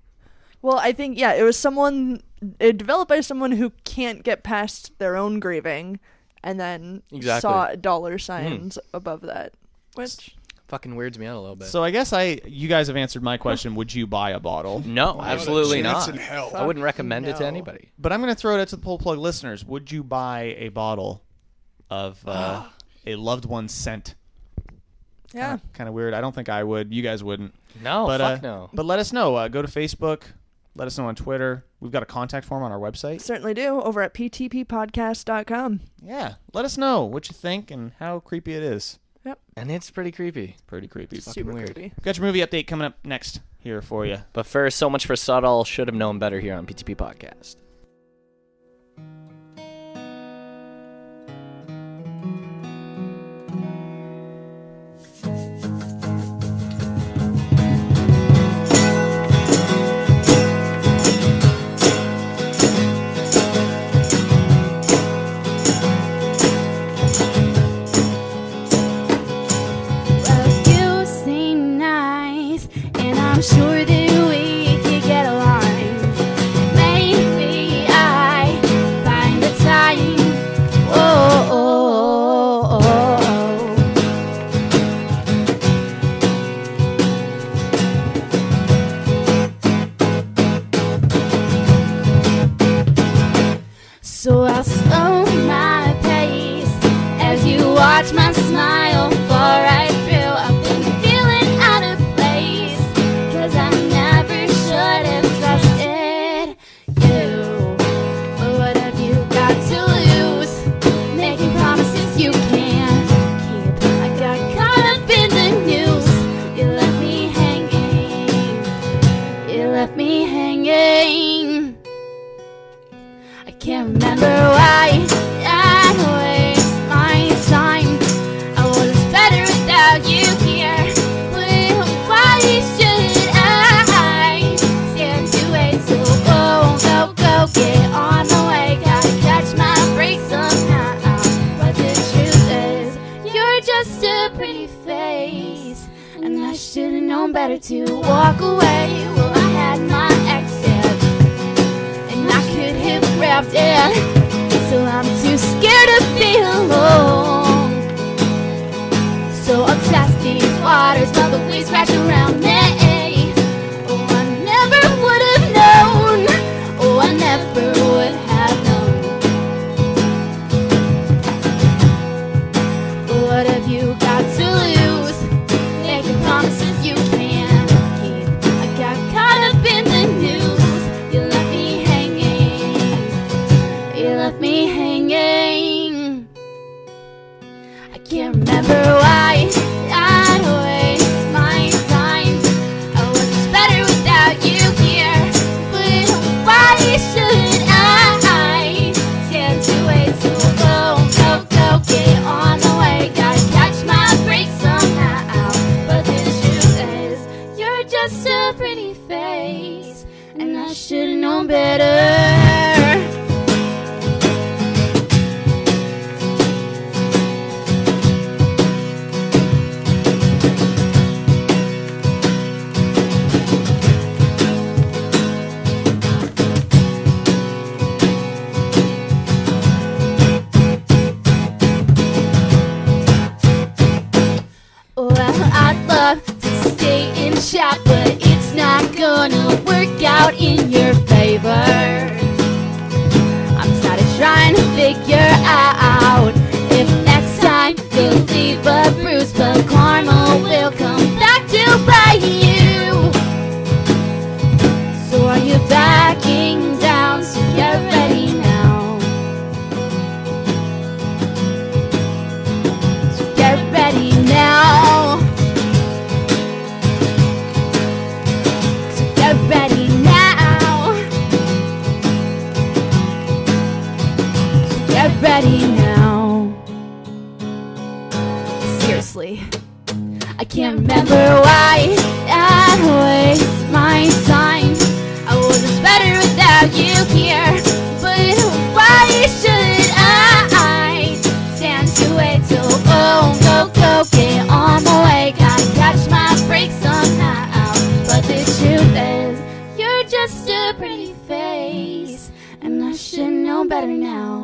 [SPEAKER 3] well, I think yeah, it was someone it developed by someone who can't get past their own grieving, and then
[SPEAKER 5] Exactly. Hmm.
[SPEAKER 3] saw dollar signs above that. Which
[SPEAKER 5] fucking weirds me out a little bit.
[SPEAKER 4] so I guess I you guys have answered my question. Would you buy a bottle?
[SPEAKER 5] no, absolutely
[SPEAKER 6] chance
[SPEAKER 5] not.
[SPEAKER 6] in hell.
[SPEAKER 5] I wouldn't recommend it to
[SPEAKER 3] no.
[SPEAKER 5] anybody.
[SPEAKER 4] But I'm going to throw it out to the poll plug listeners. Would you buy a bottle of uh, a loved one's scent?
[SPEAKER 3] yeah,
[SPEAKER 4] Kind of weird. I don't think I would. You guys wouldn't.
[SPEAKER 5] No,
[SPEAKER 4] but
[SPEAKER 5] fuck
[SPEAKER 4] uh,
[SPEAKER 5] no.
[SPEAKER 4] But let us know. Uh, go to Facebook. Let us know on Twitter. We've got a contact form on our website.
[SPEAKER 3] certainly do over at ptppodcast.com.
[SPEAKER 4] Yeah. Let us know what you think and how creepy it is.
[SPEAKER 5] And it's pretty creepy.
[SPEAKER 4] Pretty creepy.
[SPEAKER 3] Super
[SPEAKER 5] weird.
[SPEAKER 3] creepy.
[SPEAKER 4] We've got your movie update coming up next here for you.
[SPEAKER 5] But first, so much for subtle. Should have known better here on PTP Podcast.
[SPEAKER 9] Well, you seem nice, and I'm sure that we could get along. Maybe I find the time. Oh, oh, oh, oh. So I'll slow my pace as you watch my smile fall right through. I've been feeling out of place, cause I'm not. to walk away. Well, I had my exit, and I could have grabbed it. So I'm too scared to be alone. So I'll test these waters while the waves crash around me. Oh, I never would have known. Oh, I never would have known. What have you got to lose? Making promises you can't keep. I got caught up in the news. You left me hanging. You left me hanging. I can't remember why. I'd waste my time. I was just better without you here. But why should I stand to wait so go, go, go, get on the way? Gotta catch my break somehow. But the truth is, you're just a pretty face, and I should've known better. Well, I'd love to stay in shop, but it's not gonna work out in your favor. I'm tired of trying to figure out if next time you'll leave a bruise, but karma will come back to bite you. So are you backing down? So get ready now. Get ready now. So get ready now. So get ready now. Seriously. I can't remember why I waste my time. I was just better without you here. But why should I stand to wait till go, go, go, get on the way? Gotta catch my break somehow. But the truth is, you're just a pretty face, and I should know better now.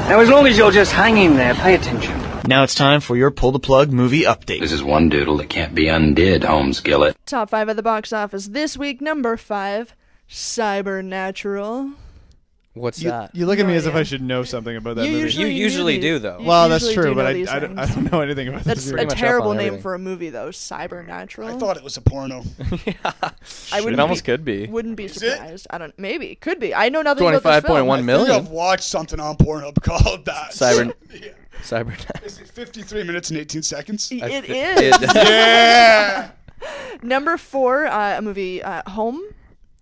[SPEAKER 10] Now, as long as you're just hanging there, pay attention.
[SPEAKER 1] Now it's time for your pull the plug movie update.
[SPEAKER 11] This is one doodle that can't be undid, Holmes Gillett.
[SPEAKER 3] Top five at the box office this week. Number five, Cybernatural.
[SPEAKER 5] What's
[SPEAKER 4] You,
[SPEAKER 5] that?
[SPEAKER 4] you look at me as if
[SPEAKER 3] yeah.
[SPEAKER 4] I should know something about that
[SPEAKER 3] You
[SPEAKER 4] movie.
[SPEAKER 5] You
[SPEAKER 3] usually do
[SPEAKER 5] usually
[SPEAKER 3] the-
[SPEAKER 5] do, though.
[SPEAKER 3] you
[SPEAKER 4] well, that's
[SPEAKER 3] usually
[SPEAKER 4] true,
[SPEAKER 3] do
[SPEAKER 4] but
[SPEAKER 3] know
[SPEAKER 4] I,
[SPEAKER 3] these
[SPEAKER 4] I, don't, I
[SPEAKER 3] things.
[SPEAKER 4] don't know anything about
[SPEAKER 3] That's
[SPEAKER 4] this
[SPEAKER 3] a
[SPEAKER 4] movie.
[SPEAKER 5] much up on
[SPEAKER 3] terrible name
[SPEAKER 5] everything.
[SPEAKER 3] for a movie, though. Cybernatural.
[SPEAKER 6] I thought it was a porno.
[SPEAKER 3] I
[SPEAKER 5] It
[SPEAKER 3] wouldn't
[SPEAKER 5] almost
[SPEAKER 3] be,
[SPEAKER 5] could be.
[SPEAKER 3] Wouldn't be
[SPEAKER 6] it?
[SPEAKER 3] surprised. I don't. Maybe could be. I know nothing about this film.
[SPEAKER 5] 25.1
[SPEAKER 6] I think I've
[SPEAKER 5] million.
[SPEAKER 6] watched something on Pornhub called that.
[SPEAKER 5] Cyber.
[SPEAKER 6] Yeah.
[SPEAKER 5] Cyber.
[SPEAKER 6] Is it 53 minutes and 18 seconds?
[SPEAKER 3] It
[SPEAKER 5] I-
[SPEAKER 3] is
[SPEAKER 5] it-
[SPEAKER 3] number four. Uh, a movie, uh, Home.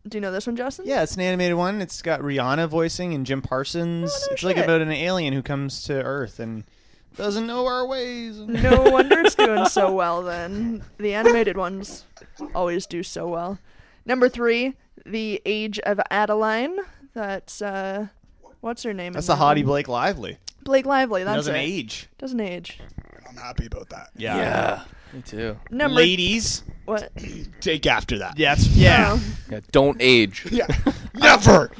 [SPEAKER 3] Do you know this one, Justin?
[SPEAKER 4] Yeah, it's an animated one. It's got Rihanna voicing and Jim Parsons.
[SPEAKER 3] Oh, no
[SPEAKER 4] it's like
[SPEAKER 3] shit.
[SPEAKER 4] about an alien who comes to Earth and doesn't know our ways.
[SPEAKER 3] No wonder it's doing so well. Then the animated ones always do so well. Number three, The Age of Adeline. That's uh, what's her name?
[SPEAKER 4] That's
[SPEAKER 3] in
[SPEAKER 4] the
[SPEAKER 3] that one?
[SPEAKER 4] hottie Blake Lively.
[SPEAKER 3] Blake Lively. That's
[SPEAKER 4] doesn't
[SPEAKER 3] it.
[SPEAKER 4] age.
[SPEAKER 3] Doesn't age.
[SPEAKER 6] I'm happy about that.
[SPEAKER 4] Yeah.
[SPEAKER 5] yeah. Me too.
[SPEAKER 3] Number
[SPEAKER 4] Ladies.
[SPEAKER 3] what? Oh.
[SPEAKER 6] Take after that.
[SPEAKER 4] Yes. Yeah.
[SPEAKER 5] Yeah. Don't age.
[SPEAKER 6] Yeah. Never.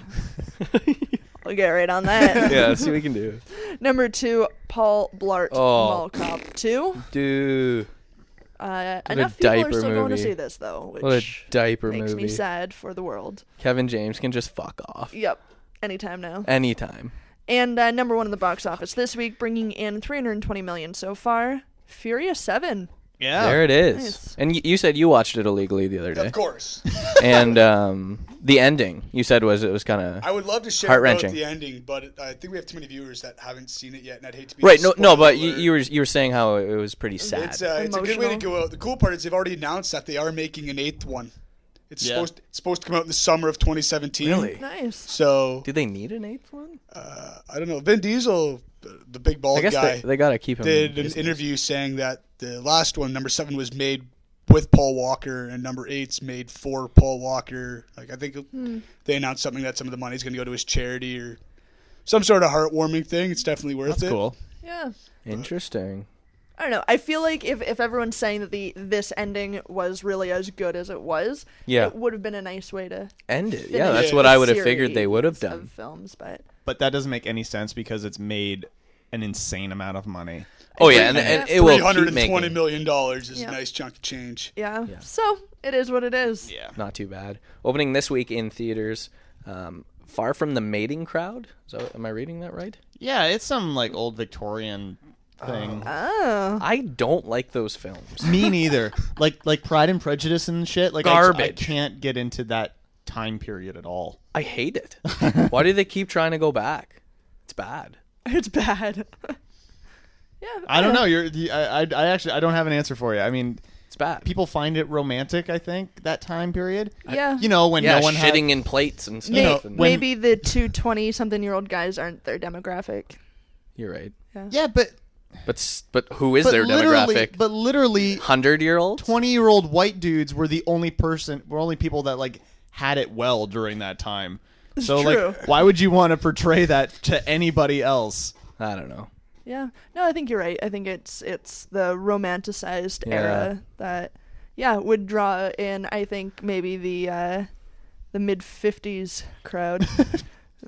[SPEAKER 3] We'll get right on that.
[SPEAKER 5] yeah. See what we can do.
[SPEAKER 3] Number two, Paul Blart
[SPEAKER 5] Oh.
[SPEAKER 3] Mall Cop Two.
[SPEAKER 5] Do.
[SPEAKER 3] Uh, enough people
[SPEAKER 5] diaper
[SPEAKER 3] are still going to
[SPEAKER 5] movie.
[SPEAKER 3] see this though, which
[SPEAKER 5] What a diaper
[SPEAKER 3] makes
[SPEAKER 5] movie.
[SPEAKER 3] me sad for the world.
[SPEAKER 5] Kevin James can just fuck off
[SPEAKER 3] Yep. Anytime now.
[SPEAKER 5] anytime.
[SPEAKER 3] And uh, number one in the box office this week, bringing in 320 million so far. Furious Seven.
[SPEAKER 4] Yeah.
[SPEAKER 5] There it is.
[SPEAKER 3] Nice.
[SPEAKER 5] And y- you said you watched it illegally the other day,
[SPEAKER 6] Of course.
[SPEAKER 5] and um, the ending you said was it was kind of
[SPEAKER 6] I would love to share about
[SPEAKER 5] Heart-wrenching.
[SPEAKER 6] the ending, but I think we have too many viewers that haven't seen it yet, and I'd hate to be a
[SPEAKER 5] right. No, no,
[SPEAKER 6] spoiler
[SPEAKER 5] but you,
[SPEAKER 6] alert.
[SPEAKER 5] you were you were saying how it was pretty sad.
[SPEAKER 6] It's, uh, it's a good way to go out. The cool part is they've already announced that they are making an eighth one. It's supposed it's supposed to come out in the summer of 2017.
[SPEAKER 5] really?
[SPEAKER 3] Nice.
[SPEAKER 6] So
[SPEAKER 5] Did they need an eighth one?
[SPEAKER 6] I don't know. Vin Diesel, the- the big bald
[SPEAKER 5] I guess
[SPEAKER 6] guy,
[SPEAKER 5] they, they gotta keep him.
[SPEAKER 6] did an
[SPEAKER 5] busy.
[SPEAKER 6] interview saying that the last one, number seven, was made with Paul Walker, and number eight's made for Paul Walker. Like I think they announced something that some of the money's going to go to his charity or some sort of heartwarming thing. It's definitely worth
[SPEAKER 4] That's
[SPEAKER 6] it.
[SPEAKER 4] cool.
[SPEAKER 3] Yeah.
[SPEAKER 5] Interesting.
[SPEAKER 3] I don't know. I feel like if, if everyone's saying that the this ending was really as good as it was,
[SPEAKER 5] Yeah.
[SPEAKER 3] it would have been a nice way to
[SPEAKER 5] End it.
[SPEAKER 4] Yeah, that's
[SPEAKER 3] finish
[SPEAKER 4] what I
[SPEAKER 3] the
[SPEAKER 4] would have figured
[SPEAKER 3] series
[SPEAKER 4] they would have done.
[SPEAKER 3] of films, but
[SPEAKER 4] But that doesn't make any sense because it's made an insane amount of money.
[SPEAKER 5] Oh, yeah, and- and it will keep
[SPEAKER 6] Twenty million dollars is
[SPEAKER 3] Yeah.
[SPEAKER 6] a nice chunk of change.
[SPEAKER 3] yeah. So it is what it is.
[SPEAKER 4] Yeah.
[SPEAKER 5] Not too bad. Opening this week in theaters. Um, Far from the mating crowd. So, am I reading that right?
[SPEAKER 4] Yeah, it's some like old Victorian thing.
[SPEAKER 3] Oh.
[SPEAKER 5] I don't like those films.
[SPEAKER 4] Me neither. Like like Pride and Prejudice and shit. Like I- I,
[SPEAKER 5] Garbage.
[SPEAKER 4] can't get into that time period at all.
[SPEAKER 5] I hate it. Why do they keep trying to go back? It's bad.
[SPEAKER 3] It's bad.
[SPEAKER 4] I don't know. You're the, I, I I actually I don't have an answer for you. I mean,
[SPEAKER 5] it's bad.
[SPEAKER 4] People find it romantic. I think that time period.
[SPEAKER 3] Yeah.
[SPEAKER 4] You know when
[SPEAKER 5] yeah,
[SPEAKER 4] no one had-
[SPEAKER 5] shitting in plates and stuff.
[SPEAKER 3] May-
[SPEAKER 5] and
[SPEAKER 3] maybe the two 20 something year old guys aren't their demographic.
[SPEAKER 5] you're right.
[SPEAKER 3] Yeah.
[SPEAKER 4] Yeah, but
[SPEAKER 5] But s- but who is
[SPEAKER 4] but
[SPEAKER 5] their
[SPEAKER 4] literally-
[SPEAKER 5] demographic?
[SPEAKER 4] But literally,
[SPEAKER 5] Hundred year old.
[SPEAKER 4] twenty-year-old white dudes were the only person, were only people that like had it well during that time.
[SPEAKER 3] It's
[SPEAKER 4] So
[SPEAKER 3] true.
[SPEAKER 4] like, why would you want to portray that to anybody else?
[SPEAKER 5] I don't know.
[SPEAKER 3] Yeah. No, I think you're right. I think it's it's the romanticized
[SPEAKER 4] Yeah.
[SPEAKER 3] era that yeah, would draw in I think maybe the uh the mid 50s crowd,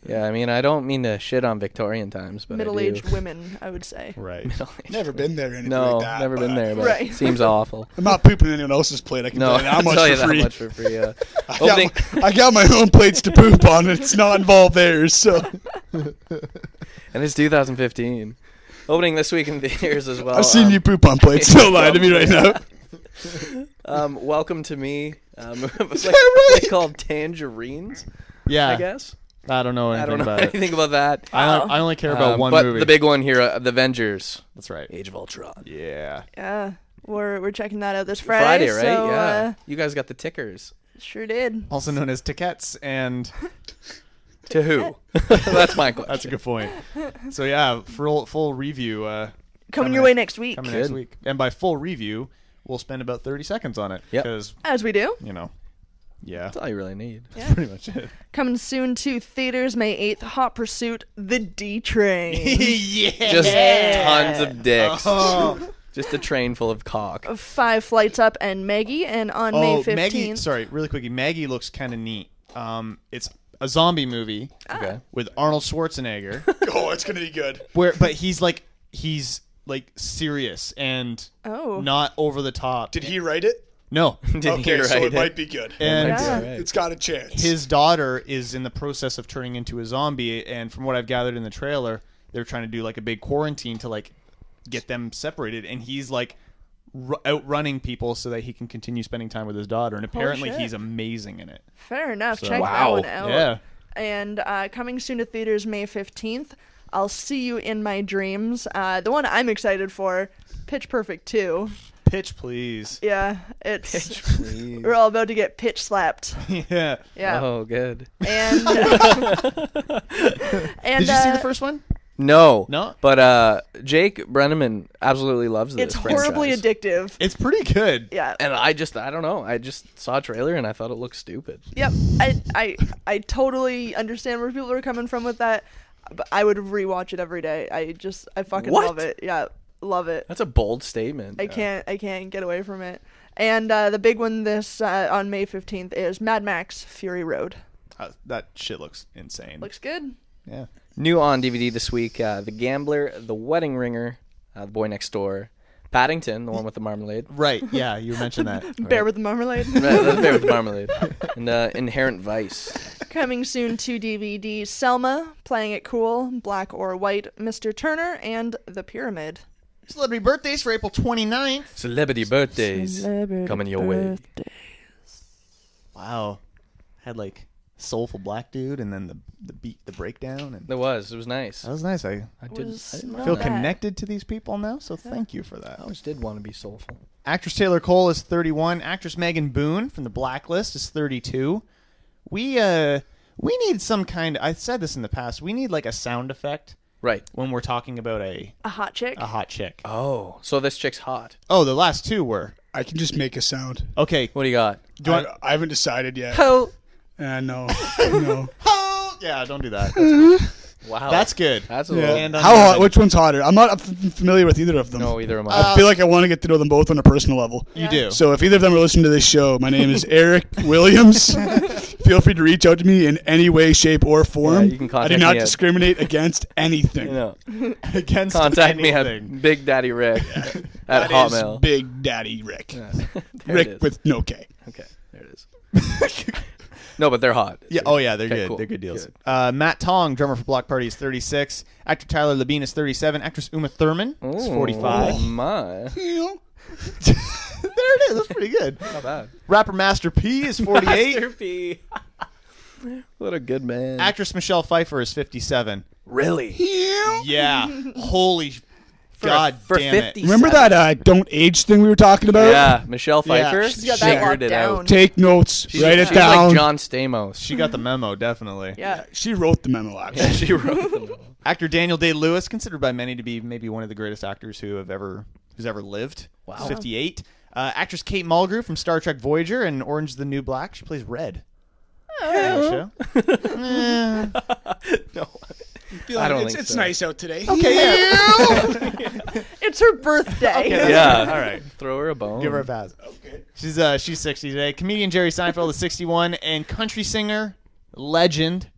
[SPEAKER 5] Yeah, I mean, I don't mean to shit on Victorian times, but I do.
[SPEAKER 3] middle-aged women, I would say.
[SPEAKER 4] Right.
[SPEAKER 6] Never been there or anything
[SPEAKER 5] No,
[SPEAKER 6] like that.
[SPEAKER 5] never been
[SPEAKER 6] but-
[SPEAKER 5] there, but it seems awful.
[SPEAKER 6] I'm not pooping anyone else's plate. I can
[SPEAKER 5] No,
[SPEAKER 6] tell you that
[SPEAKER 5] I'll
[SPEAKER 6] much
[SPEAKER 5] tell
[SPEAKER 6] for
[SPEAKER 5] you that
[SPEAKER 6] free.
[SPEAKER 5] much for free, yeah.
[SPEAKER 6] I,
[SPEAKER 5] Opening-
[SPEAKER 6] got my, I got my own plates to poop on. and It's not involved theirs, so Oh,
[SPEAKER 5] And it's 2015. Opening this week in theaters as well.
[SPEAKER 6] I've seen you poop on plates. Don't lie to me right now.
[SPEAKER 5] Um, welcome to me. Um, a play called Tangerines.
[SPEAKER 4] Yeah.
[SPEAKER 5] I guess.
[SPEAKER 4] I don't know anything
[SPEAKER 5] I don't know
[SPEAKER 4] about it.
[SPEAKER 5] anything about that.
[SPEAKER 4] I, I only care about
[SPEAKER 5] Um,
[SPEAKER 4] one
[SPEAKER 5] but
[SPEAKER 4] movie.
[SPEAKER 5] the big one here, uh, the Avengers.
[SPEAKER 4] That's right.
[SPEAKER 5] Age of Ultron.
[SPEAKER 4] Yeah.
[SPEAKER 3] Yeah. We're we're checking that out this Friday.
[SPEAKER 5] Friday, right?
[SPEAKER 3] so,
[SPEAKER 5] yeah. you guys got the tickers.
[SPEAKER 3] uh, sure did.
[SPEAKER 4] Also known as tickets and
[SPEAKER 5] To who? That's my question.
[SPEAKER 4] That's a good point. So yeah, full full review. Uh,
[SPEAKER 3] Coming your way next week.
[SPEAKER 4] Coming next
[SPEAKER 5] Good.
[SPEAKER 4] week, and by full review, we'll spend about thirty seconds on it because
[SPEAKER 3] As we do.
[SPEAKER 4] you know, yeah, that's
[SPEAKER 5] all you really need.
[SPEAKER 4] That's pretty much it.
[SPEAKER 3] Coming soon to theaters May 8th, Hot Pursuit, The D Train.
[SPEAKER 4] yeah.
[SPEAKER 5] Just
[SPEAKER 3] Yeah.
[SPEAKER 5] tons of dicks.
[SPEAKER 4] Oh.
[SPEAKER 5] Just a train full of cock.
[SPEAKER 3] Five Flights Up and Maggie, and on May 15th.
[SPEAKER 4] Oh, Maggie. Sorry, really quickly. Maggie looks kind of neat. Um, it's a zombie movie
[SPEAKER 3] Ah.
[SPEAKER 5] Okay.
[SPEAKER 4] with Arnold Schwarzenegger,
[SPEAKER 6] Oh, it's gonna be good.
[SPEAKER 4] where but he's like he's like serious and
[SPEAKER 3] Oh.
[SPEAKER 4] not over the top.
[SPEAKER 6] Did he write it?
[SPEAKER 4] No,
[SPEAKER 6] okay, so it might be good.
[SPEAKER 4] And- It might be Yeah. alright.
[SPEAKER 6] it's got a chance.
[SPEAKER 4] his daughter is in the process of turning into a zombie and from what i've gathered in the trailer they're trying to do like a big quarantine to like get them separated and he's like r- outrunning people so that he can continue spending time with his daughter and apparently
[SPEAKER 3] shit.
[SPEAKER 4] he's amazing in it
[SPEAKER 3] Fair enough.
[SPEAKER 4] So-
[SPEAKER 3] Check that
[SPEAKER 4] Wow.
[SPEAKER 3] one out.
[SPEAKER 4] Yeah.
[SPEAKER 3] And uh, coming soon to theaters May 15th, I'll see you in my dreams. Uh, the one I'm excited for, Pitch Perfect 2.
[SPEAKER 4] pitch please
[SPEAKER 3] Yeah, it's
[SPEAKER 5] please.
[SPEAKER 3] we're all about to get pitch slapped.
[SPEAKER 4] yeah
[SPEAKER 3] Yeah.
[SPEAKER 5] Oh, good.
[SPEAKER 3] And and
[SPEAKER 4] Uh-huh. did you see
[SPEAKER 3] uh,
[SPEAKER 4] the first one
[SPEAKER 5] No.
[SPEAKER 4] No?
[SPEAKER 5] But uh, Jake Brenneman absolutely loves this.
[SPEAKER 3] It's horribly
[SPEAKER 5] franchise.
[SPEAKER 3] addictive.
[SPEAKER 4] it's pretty good
[SPEAKER 3] Yeah.
[SPEAKER 5] And I just, I don't know. I just saw a trailer and I thought it looked stupid.
[SPEAKER 3] Yep. I I I totally understand where people are coming from with that. But I would rewatch it every day. I just I fucking
[SPEAKER 5] What?
[SPEAKER 3] love it. Yeah, Uh, love it.
[SPEAKER 5] That's a bold statement.
[SPEAKER 3] I can't I can't get away from it. And uh, the big one this uh, on May 15th is Mad Max Fury Road.
[SPEAKER 4] Uh, that shit looks insane
[SPEAKER 3] Looks good.
[SPEAKER 4] yeah
[SPEAKER 5] New on DVD this week uh, The Gambler, The Wedding Ringer, uh, The Boy Next Door, Paddington, the one with the marmalade.
[SPEAKER 4] right yeah you mentioned that
[SPEAKER 3] Bear with the Marmalade.
[SPEAKER 5] Right, the bear with the marmalade. And uh, Inherent Vice.
[SPEAKER 3] Coming soon to DVD Selma, Playing It Cool, Black or White, Mr. Turner, and The Pyramid.
[SPEAKER 4] celebrity birthdays for april 29th
[SPEAKER 5] Celebrity birthdays coming your way.
[SPEAKER 4] wow had like soulful black dude and then the the beat the breakdown and
[SPEAKER 5] It was. It was nice.
[SPEAKER 4] That was nice. I, I did
[SPEAKER 3] was
[SPEAKER 4] I didn't
[SPEAKER 3] not
[SPEAKER 4] feel
[SPEAKER 3] bad.
[SPEAKER 4] connected to these people now, so thank you for that.
[SPEAKER 5] I always did want to be soulful.
[SPEAKER 4] Actress Taylor Cole is 31. Actress Megan Boone from The Blacklist is 32. We uh we need some kind. I said this in the past. We need like a sound effect
[SPEAKER 5] Right.
[SPEAKER 4] when we're talking about a
[SPEAKER 3] A hot chick.
[SPEAKER 4] a hot chick.
[SPEAKER 5] Oh, so this chick's hot.
[SPEAKER 4] Oh, the last two were
[SPEAKER 6] I can just make a sound.
[SPEAKER 4] okay.
[SPEAKER 5] What do you got?
[SPEAKER 4] Do
[SPEAKER 6] I,
[SPEAKER 4] I,
[SPEAKER 6] I haven't decided yet.
[SPEAKER 3] Oh,
[SPEAKER 6] Uh, no, no.
[SPEAKER 4] yeah, don't do that. That's-
[SPEAKER 5] Wow.
[SPEAKER 4] That's good.
[SPEAKER 5] That's a
[SPEAKER 6] Yeah.
[SPEAKER 5] little.
[SPEAKER 6] How hot? Which one's hotter? I'm not f- familiar with either of them.
[SPEAKER 5] No, either am I.
[SPEAKER 6] I feel like I want to get to know them both on a personal level.
[SPEAKER 4] You do.
[SPEAKER 6] So if either of them are listening to this show, my name is Eric Williams. feel free to reach out to me in any way, shape, or form.
[SPEAKER 5] Yeah, you can contact
[SPEAKER 6] I do not
[SPEAKER 5] me at-
[SPEAKER 6] discriminate against anything.
[SPEAKER 5] No.
[SPEAKER 4] Against
[SPEAKER 5] Contact me
[SPEAKER 4] anything.
[SPEAKER 5] at Big Daddy Rick at
[SPEAKER 6] That is
[SPEAKER 5] Hotmail.
[SPEAKER 6] Big Daddy Rick.
[SPEAKER 5] There it
[SPEAKER 6] Rick
[SPEAKER 5] is.
[SPEAKER 6] with no K.
[SPEAKER 5] Okay, there it is. no, but they're hot.
[SPEAKER 4] Yeah. Oh yeah, they're
[SPEAKER 5] Okay,
[SPEAKER 4] good.
[SPEAKER 5] cool.
[SPEAKER 4] They're good deals.
[SPEAKER 5] Good.
[SPEAKER 4] Uh, Matt Tong, drummer for Block Party, is 36. Actor Tyler Labine is 37. Actress Uma Thurman is
[SPEAKER 5] Ooh, oh,
[SPEAKER 4] 45.
[SPEAKER 5] My.
[SPEAKER 4] there it is. That's pretty good.
[SPEAKER 5] Not bad.
[SPEAKER 4] Rapper Master P is 48.
[SPEAKER 5] Master P. what a good man.
[SPEAKER 4] Actress Michelle Pfeiffer is 57.
[SPEAKER 5] really?
[SPEAKER 4] Yeah. Holy sh- God
[SPEAKER 5] for
[SPEAKER 4] damn it.
[SPEAKER 5] 50
[SPEAKER 6] Remember that uh, don't age thing we were talking about?
[SPEAKER 5] Yeah, Michelle Pfeiffer.
[SPEAKER 3] She's got that
[SPEAKER 5] figured
[SPEAKER 3] locked
[SPEAKER 5] it
[SPEAKER 3] down.
[SPEAKER 5] out.
[SPEAKER 6] Take notes.
[SPEAKER 5] She's-
[SPEAKER 6] write it
[SPEAKER 5] she's
[SPEAKER 6] down.
[SPEAKER 5] like John Stamos.
[SPEAKER 4] She got the memo, definitely.
[SPEAKER 3] Yeah.
[SPEAKER 6] she wrote the memo actually.
[SPEAKER 5] she wrote them.
[SPEAKER 4] Actor Daniel Day Lewis, considered by many to be maybe one of the greatest actors who have ever who's ever lived. Wow. 58. Uh, actress Kate Mulgrew from Star Trek Voyager and Orange is the New Black. She plays Red. In the show.
[SPEAKER 5] I don't
[SPEAKER 6] it's
[SPEAKER 5] think
[SPEAKER 6] it's
[SPEAKER 5] so.
[SPEAKER 6] nice out today.
[SPEAKER 4] Okay, yeah.
[SPEAKER 3] It's her birthday.
[SPEAKER 5] Yeah, all right. Throw her a bone.
[SPEAKER 4] Give her a pass. She's uh she's 60 today. Comedian Jerry Seinfeld is 61 and country singer legend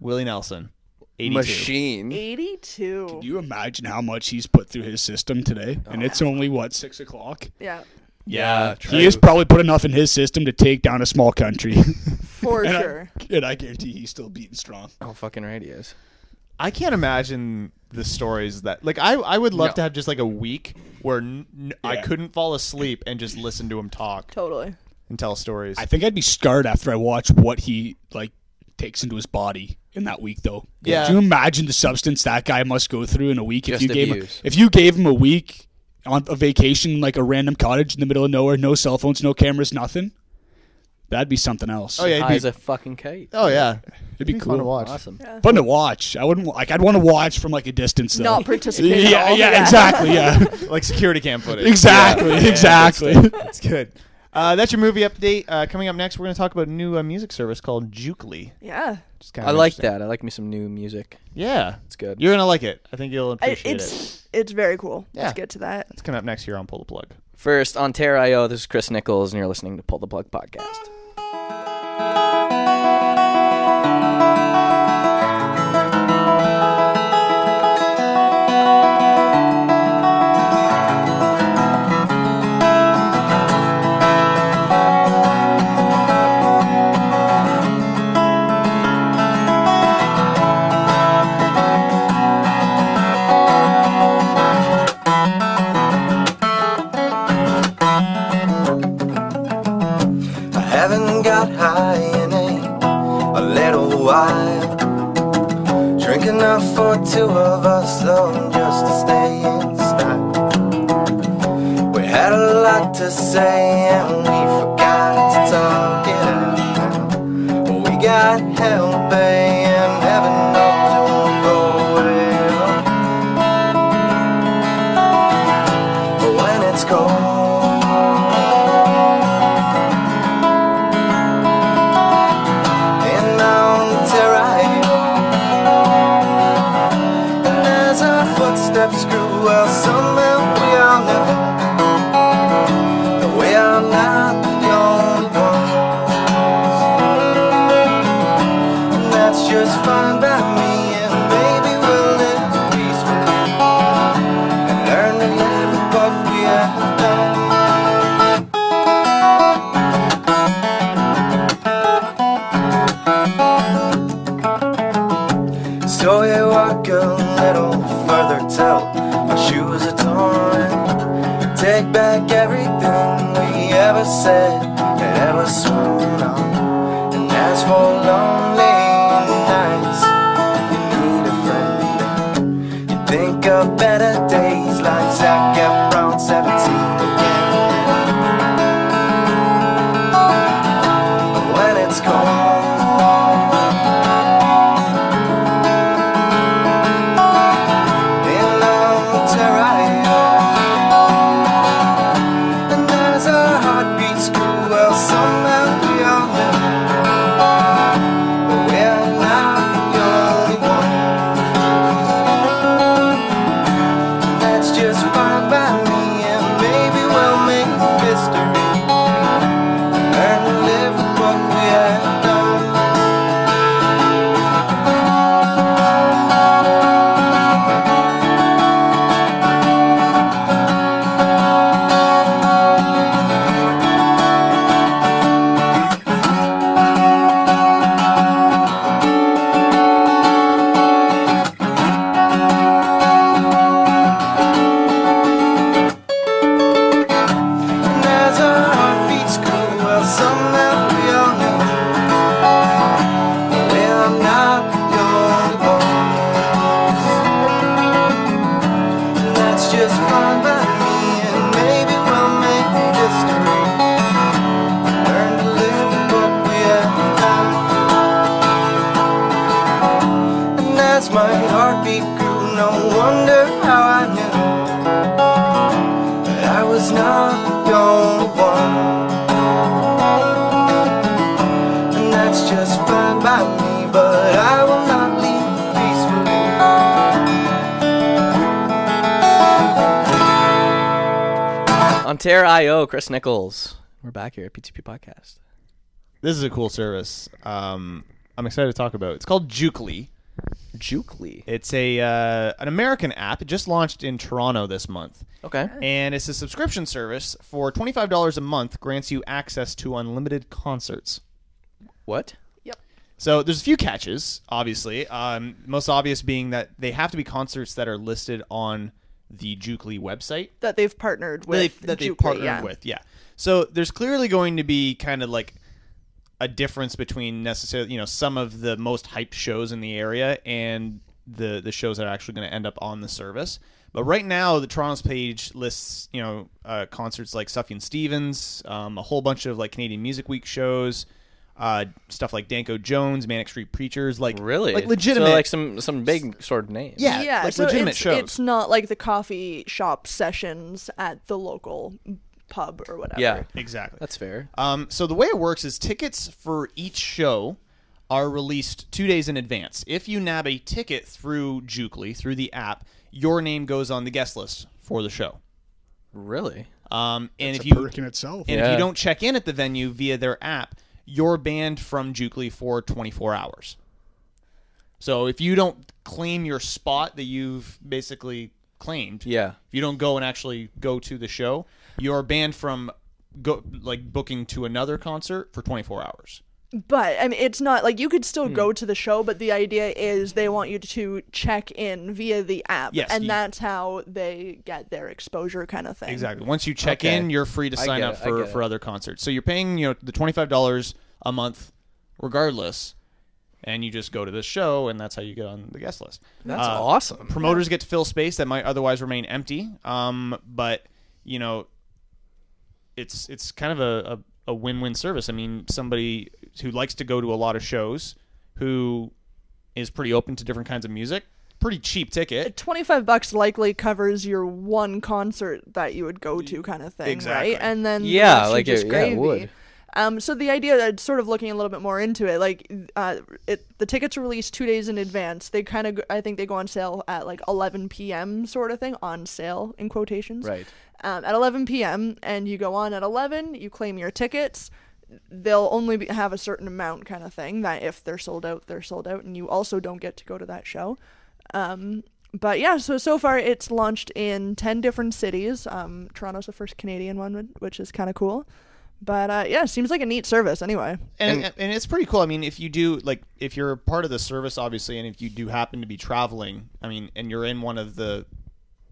[SPEAKER 4] Willie Nelson 82.
[SPEAKER 5] machine.
[SPEAKER 3] 82.
[SPEAKER 6] Can you imagine how much he's put through his system today? And it's only what six o'clock.
[SPEAKER 3] Yeah.
[SPEAKER 4] Yeah.
[SPEAKER 5] true.
[SPEAKER 6] He has probably put enough in his system to take down a small country.
[SPEAKER 3] For
[SPEAKER 6] and,
[SPEAKER 3] sure.
[SPEAKER 6] I, and I guarantee he's still beating strong.
[SPEAKER 5] Oh, fucking right, he is.
[SPEAKER 4] I can't imagine the stories that like I I would love
[SPEAKER 5] No.
[SPEAKER 4] to have just like a week where n- n- I
[SPEAKER 6] Yeah.
[SPEAKER 4] couldn't fall asleep and just listen to him talk
[SPEAKER 3] Totally.
[SPEAKER 4] and tell stories.
[SPEAKER 6] I think I'd be scarred after I watch what he like takes into his body in that week, though.
[SPEAKER 4] Yeah.
[SPEAKER 6] Do you imagine the substance that guy must go through in a week?
[SPEAKER 5] Just
[SPEAKER 6] if you gave him,
[SPEAKER 5] abuse.
[SPEAKER 6] if you gave him a week on a vacation, like a random cottage in the middle of nowhere, no cell phones, no cameras, nothing. That'd be something else.
[SPEAKER 4] oh yeah,
[SPEAKER 5] High
[SPEAKER 4] it'd
[SPEAKER 5] as
[SPEAKER 4] be,
[SPEAKER 5] a fucking kite.
[SPEAKER 4] oh yeah,
[SPEAKER 6] it'd be, cool.
[SPEAKER 4] fun to watch.
[SPEAKER 5] Awesome.
[SPEAKER 6] Fun to watch. I wouldn't like. I'd want to watch from like a distance. Though.
[SPEAKER 3] Not participate at
[SPEAKER 6] Yeah,
[SPEAKER 3] all.
[SPEAKER 6] yeah,
[SPEAKER 3] Yeah.
[SPEAKER 6] exactly. Yeah,
[SPEAKER 4] Like security cam footage.
[SPEAKER 6] exactly, exactly.
[SPEAKER 4] That's good. Uh, that's your movie update. Uh, coming up next, we're going to talk about a new uh, music service called Jukely.
[SPEAKER 3] Yeah.
[SPEAKER 4] Which is kind
[SPEAKER 5] I
[SPEAKER 4] of
[SPEAKER 5] like
[SPEAKER 4] interesting.
[SPEAKER 5] that. I like me some new music.
[SPEAKER 4] Yeah,
[SPEAKER 5] It's good.
[SPEAKER 4] You're gonna like it. I think you'll
[SPEAKER 3] I-
[SPEAKER 4] appreciate it.
[SPEAKER 3] it's it's very cool.
[SPEAKER 4] Yeah.
[SPEAKER 3] Let's get to that.
[SPEAKER 4] It's coming up next here on Pull the Plug.
[SPEAKER 5] First, on Terra.io, this is Chris Nichols, and you're listening to Pull the Plug Podcast.
[SPEAKER 12] I haven't got high in a, a little while. Drink enough for two of us, though, just to stay in style. We had a lot to say, and we forgot to talk it out. We got hell, babe, and heaven knows it won't go well. But when it's cold, in Mount Terrio. And as our footsteps grew, well, somehow we all knew that we are not the only ones. And that's just fine by me, and maybe we'll live peacefully and learn to live with what we have done. So we walk a little further till our shoes are torn. Take back everything we ever said and ever sworn on. And as for lonely nights, you need a friend. You think of better days like Zac Efron 17 again. When it's cold. in Ontario. And as our heartbeats grew, well, somehow we all knew that we're not the only ones.
[SPEAKER 7] no wonder how I knew that I was not your one. And that's just fine by me, but I will not leave peacefully.
[SPEAKER 5] On Terra IO, Chris Nichols. We're back here at PTP Podcast.
[SPEAKER 4] This is a cool service. Um, I'm excited to talk about. It's called Jukely.
[SPEAKER 5] Jukely.
[SPEAKER 4] It's a uh, an American app. It just launched in Toronto this month.
[SPEAKER 5] Okay.
[SPEAKER 4] And it's a subscription service for twenty five dollars a month. Grants you access to unlimited concerts.
[SPEAKER 5] What?
[SPEAKER 3] Yep.
[SPEAKER 4] So there's a few catches, obviously. Um, most obvious being that they have to be concerts that are listed on the Jukely website
[SPEAKER 3] that they've partnered
[SPEAKER 4] that
[SPEAKER 3] with.
[SPEAKER 4] they, that they
[SPEAKER 3] Jukely,
[SPEAKER 4] partnered
[SPEAKER 3] yeah.
[SPEAKER 4] with. Yeah. So there's clearly going to be kind of like a difference between necessarily, you know, some of the most hyped shows in the area and the the shows that are actually going to end up on the service. But right now, the Toronto's page lists, you know, uh, concerts like Sufjan Stevens, um, a whole bunch of like Canadian Music Week shows, uh, stuff like Danko Jones, Manic Street Preachers, like
[SPEAKER 5] Really?
[SPEAKER 4] like legitimate,
[SPEAKER 5] So, like some some big sort of names.
[SPEAKER 4] yeah, like
[SPEAKER 3] so
[SPEAKER 4] legitimate
[SPEAKER 3] it's,
[SPEAKER 4] shows.
[SPEAKER 3] it's not like the coffee shop sessions at the local pub or whatever.
[SPEAKER 4] exactly.
[SPEAKER 5] That's fair.
[SPEAKER 4] Um, so the way it works is tickets for each show are released two days in advance. If you nab a ticket through Jukely through the app, your name goes on the guest list for the show.
[SPEAKER 5] Really?
[SPEAKER 4] Um, and
[SPEAKER 6] That's
[SPEAKER 4] if
[SPEAKER 6] a
[SPEAKER 4] you
[SPEAKER 6] perk in itself.
[SPEAKER 4] and if
[SPEAKER 5] Yeah.
[SPEAKER 4] you don't check in at the venue via their app, you're banned from Jukely for 24 hours. So if you don't claim your spot that you've basically claimed,
[SPEAKER 5] Yeah.
[SPEAKER 4] if you don't go and actually go to the show, you're banned from go like booking to another concert for 24 hours.
[SPEAKER 3] But I mean, it's not like you could still
[SPEAKER 4] Hmm.
[SPEAKER 3] go to the show, but the idea is they want you to check in via the app,
[SPEAKER 4] Yes,
[SPEAKER 3] and
[SPEAKER 4] you-
[SPEAKER 3] that's how they get their exposure, kind of thing.
[SPEAKER 4] Exactly. Once you check
[SPEAKER 5] Okay.
[SPEAKER 4] in, you're free to
[SPEAKER 5] I
[SPEAKER 4] sign
[SPEAKER 5] get
[SPEAKER 4] up
[SPEAKER 5] it, I
[SPEAKER 4] for,
[SPEAKER 5] get
[SPEAKER 4] for
[SPEAKER 5] it.
[SPEAKER 4] other concerts. So you're paying, you know, the twenty five dollars a month regardless, and you just go to this show and that's how you get on the guest list.
[SPEAKER 5] That's
[SPEAKER 4] Uh,
[SPEAKER 5] awesome.
[SPEAKER 4] Promoters get to fill space that might otherwise remain empty. Um, but you know, it's it's kind of a, a, a win win service. I mean, somebody who likes to go to a lot of shows, who is pretty open to different kinds of music, pretty cheap ticket.
[SPEAKER 3] Twenty-five bucks likely covers your one concert that you would go to, kind of thing,
[SPEAKER 4] Exactly.
[SPEAKER 3] right? And then the
[SPEAKER 5] Yeah,
[SPEAKER 3] rest are
[SPEAKER 5] like,
[SPEAKER 3] just
[SPEAKER 5] it- yeah, it
[SPEAKER 3] gravy.
[SPEAKER 5] would.
[SPEAKER 3] Um, so the idea that sort of looking a little bit more into it, like uh, it, the tickets are released two days in advance. They kind of, I think they go on sale at like 11 p.m. sort of thing, on sale in quotations.
[SPEAKER 5] Right.
[SPEAKER 3] Um, at 11 p.m. and you go on at 11, you claim your tickets. They'll only be, have a certain amount, kind of thing. That if they're sold out, they're sold out, and you also don't get to go to that show. Um, but yeah, so so far it's launched in 10 different cities. Um, Toronto's the first Canadian one, which is kind of cool. But uh, yeah, seems like a neat service anyway.
[SPEAKER 4] and, and it's pretty cool. I mean, if you do like, if you're a part of the service, obviously, and if you do happen to be traveling, I mean, and you're in one of the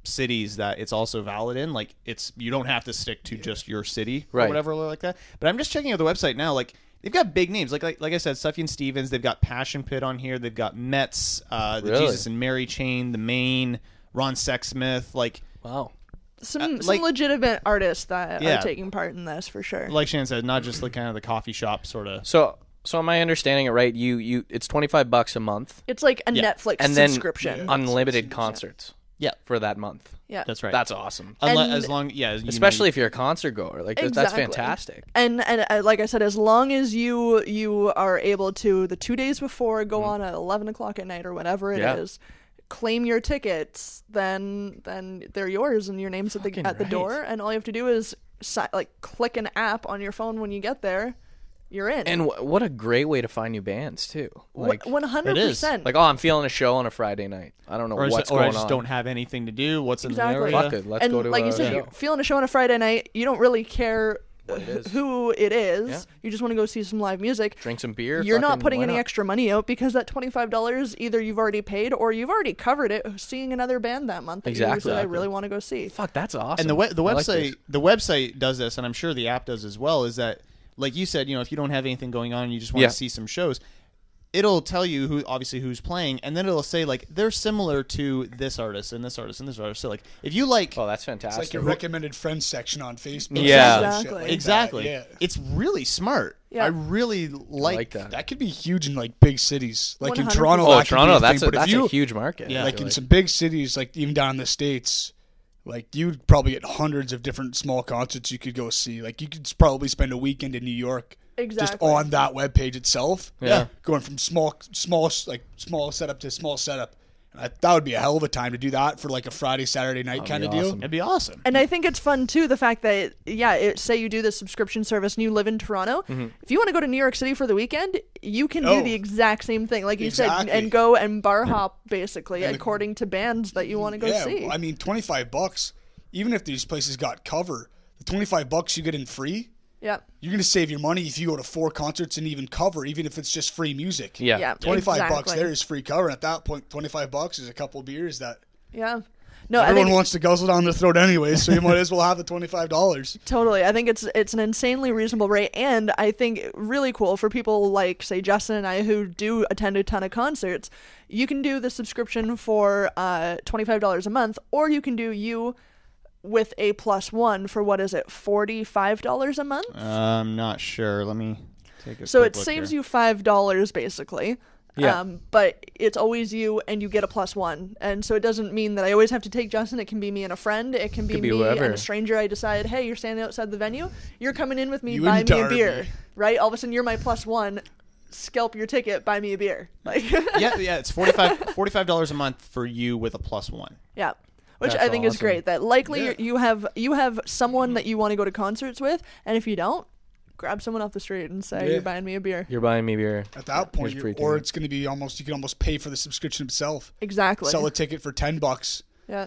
[SPEAKER 4] cities that it's also valid in, like, it's you don't have to stick to just your city or
[SPEAKER 5] Right.
[SPEAKER 4] whatever like that. But I'm just checking out the website now. Like, they've got big names. Like, like, like I said, Sufjan Stevens. They've got Passion Pit on here. They've got Mets, uh, the
[SPEAKER 5] Really?
[SPEAKER 4] Jesus and Mary Chain, the Maine, Ron Sexsmith. Like,
[SPEAKER 5] Wow.
[SPEAKER 3] Some
[SPEAKER 4] uh, like-
[SPEAKER 3] some legitimate artists that
[SPEAKER 4] Yeah.
[SPEAKER 3] are taking part in this for sure.
[SPEAKER 4] like Shannon said, not just like kind of the coffee shop sort of.
[SPEAKER 5] So so am I understanding it right? You you it's twenty five bucks a month
[SPEAKER 3] it's like a
[SPEAKER 4] Yeah.
[SPEAKER 3] Netflix
[SPEAKER 5] and then
[SPEAKER 3] subscription.
[SPEAKER 5] unlimited concerts.
[SPEAKER 4] Yeah.
[SPEAKER 5] For that month.
[SPEAKER 3] yeah.
[SPEAKER 4] That's right.
[SPEAKER 5] That's awesome.
[SPEAKER 4] Unle-
[SPEAKER 3] and-
[SPEAKER 4] as long, yeah, you know,
[SPEAKER 5] Especially if you're a concert goer. Like th- that's
[SPEAKER 3] Exactly.
[SPEAKER 5] fantastic.
[SPEAKER 3] and and uh, like I said, as long as you you are able to the two days before go on at eleven o'clock at night or whatever it is,
[SPEAKER 5] Mm-hmm. Yeah.
[SPEAKER 3] claim your tickets, then then they're yours and your name's at the
[SPEAKER 5] Fucking
[SPEAKER 3] at the
[SPEAKER 5] right.
[SPEAKER 3] door, and all you have to do is si- like click an app on your phone when you get there, you're in.
[SPEAKER 5] And wh- what a great way to find new bands too. Like
[SPEAKER 3] one hundred percent.
[SPEAKER 5] like oh, I'm feeling a show on a Friday night. I don't know
[SPEAKER 4] or, I
[SPEAKER 5] what's
[SPEAKER 4] just, or I
[SPEAKER 5] going
[SPEAKER 4] just
[SPEAKER 5] on.
[SPEAKER 4] don't have anything to do. What's
[SPEAKER 3] Exactly.
[SPEAKER 4] in the area?
[SPEAKER 5] Fuck it. Let's
[SPEAKER 3] and
[SPEAKER 5] go to
[SPEAKER 3] like
[SPEAKER 5] a
[SPEAKER 3] you said,
[SPEAKER 5] show.
[SPEAKER 3] you're feeling a show on a Friday night. You don't really care who it is.
[SPEAKER 5] Yeah.
[SPEAKER 3] You just want to go see some live music.
[SPEAKER 5] Drink some beer.
[SPEAKER 3] You're not
[SPEAKER 5] fucking-
[SPEAKER 3] putting
[SPEAKER 5] why
[SPEAKER 3] any
[SPEAKER 5] not?
[SPEAKER 3] extra money out because that twenty five dollars either you've already paid or you've already covered it seeing another band that month that you
[SPEAKER 5] Exactly.
[SPEAKER 3] said I really want to go see.
[SPEAKER 5] Fuck, that's awesome.
[SPEAKER 4] And the we- the
[SPEAKER 5] I like
[SPEAKER 4] website
[SPEAKER 5] this.
[SPEAKER 4] the website does this, and I'm sure the app does as well. Is that like you said? You know, if you don't have anything going on, and you just want
[SPEAKER 5] Yeah.
[SPEAKER 4] to see some shows. It'll tell you who obviously who's playing, and then it'll say like they're similar to this artist and this artist and this artist. So like if you like
[SPEAKER 5] Oh, that's
[SPEAKER 6] It's
[SPEAKER 5] fantastic.
[SPEAKER 6] like your recommended friends section on Facebook.
[SPEAKER 5] Yeah.
[SPEAKER 6] Some shit
[SPEAKER 3] Exactly.
[SPEAKER 6] like that,
[SPEAKER 4] exactly,
[SPEAKER 6] yeah.
[SPEAKER 4] it's really smart.
[SPEAKER 3] Yeah.
[SPEAKER 6] I really like,
[SPEAKER 5] like that.
[SPEAKER 6] That could be huge in like big cities, like in
[SPEAKER 3] 100%.
[SPEAKER 6] Toronto.
[SPEAKER 5] Oh,
[SPEAKER 6] that could be
[SPEAKER 5] Toronto,
[SPEAKER 6] a thing,
[SPEAKER 5] that's a-
[SPEAKER 6] but if
[SPEAKER 5] that's a
[SPEAKER 6] you-
[SPEAKER 5] huge market,
[SPEAKER 6] Yeah,
[SPEAKER 5] I
[SPEAKER 6] like
[SPEAKER 5] feel
[SPEAKER 6] in
[SPEAKER 5] like.
[SPEAKER 6] some big cities, like even down in the states, like you'd probably get hundreds of different small concerts you could go see. Like you could s- probably spend a weekend in New York. Just
[SPEAKER 3] Exactly.
[SPEAKER 6] on that webpage itself,
[SPEAKER 5] Yeah.
[SPEAKER 6] Going from small, small, s- like small setup to small setup, and I, that would be a hell of a time to do that for like a Friday, Saturday night kind
[SPEAKER 5] That'd
[SPEAKER 6] of
[SPEAKER 5] be
[SPEAKER 6] deal.
[SPEAKER 5] awesome.
[SPEAKER 4] That'd be awesome.
[SPEAKER 3] And I think it's fun too the fact that yeah, it, say you do this subscription service and you live in Toronto,
[SPEAKER 5] Mm-hmm.
[SPEAKER 3] if you want to go to New York City for the weekend, you can
[SPEAKER 6] Mm-hmm. Oh.
[SPEAKER 3] do the exact same thing, like you
[SPEAKER 6] Exactly.
[SPEAKER 3] said, and go and bar hop basically
[SPEAKER 6] And the-
[SPEAKER 3] according to bands that you want to go
[SPEAKER 6] yeah,
[SPEAKER 3] see.
[SPEAKER 6] well, I mean, twenty five bucks. Even if these places got cover, the twenty five bucks you get in free,
[SPEAKER 3] yeah,
[SPEAKER 6] you're gonna save your money if you go to four concerts and even cover, even if it's just free music.
[SPEAKER 5] Yeah.
[SPEAKER 3] yeah,
[SPEAKER 6] twenty five bucks
[SPEAKER 3] exactly.
[SPEAKER 6] there is free cover. And at that point, twenty five bucks is a couple beers that
[SPEAKER 3] Yeah, no, I
[SPEAKER 6] everyone
[SPEAKER 3] think
[SPEAKER 6] wants to guzzle down their throat anyway. So you might as well have the twenty five dollars.
[SPEAKER 3] Totally. I think it's it's an insanely reasonable rate and I think really cool for people like say Justin and I who do attend a ton of concerts. You can do the subscription for uh $25 a month or you can do you with a plus 1 for what is it? $45 a month.
[SPEAKER 4] I'm not sure. Let me take a
[SPEAKER 3] so
[SPEAKER 4] quick
[SPEAKER 3] it
[SPEAKER 4] look
[SPEAKER 3] saves
[SPEAKER 4] here.
[SPEAKER 3] you $5 basically.
[SPEAKER 5] Yeah.
[SPEAKER 3] Um, but it's always you and you get a plus one. And so it doesn't mean that I always have to take Justin. It can be me and a friend. It can be,
[SPEAKER 5] Could be
[SPEAKER 3] me and
[SPEAKER 5] whoever.
[SPEAKER 3] a stranger. I decide, hey, you're standing outside the venue. You're coming in with me.
[SPEAKER 6] You
[SPEAKER 3] buy
[SPEAKER 6] and
[SPEAKER 3] me a
[SPEAKER 6] Darby.
[SPEAKER 3] beer. Right? All of a sudden, you're my plus one. Scalp your ticket. Buy me a beer. Like,
[SPEAKER 4] yeah, yeah, it's 45 dollars a month for you with a plus one.
[SPEAKER 3] yeah. Which
[SPEAKER 4] That's
[SPEAKER 3] I think is
[SPEAKER 4] awesome.
[SPEAKER 3] great. That likely
[SPEAKER 6] Yeah.
[SPEAKER 3] you have you have someone that you want to go to concerts with, and if you don't, grab someone off the street and say
[SPEAKER 6] Yeah.
[SPEAKER 3] you're buying me a beer.
[SPEAKER 5] You're buying me beer.
[SPEAKER 6] At that
[SPEAKER 5] Here's
[SPEAKER 6] point, you're,
[SPEAKER 5] free
[SPEAKER 6] or
[SPEAKER 5] ticket.
[SPEAKER 6] it's gonna be almost you can almost pay for the subscription itself.
[SPEAKER 3] Exactly.
[SPEAKER 6] Sell a ticket for ten bucks.
[SPEAKER 3] yeah.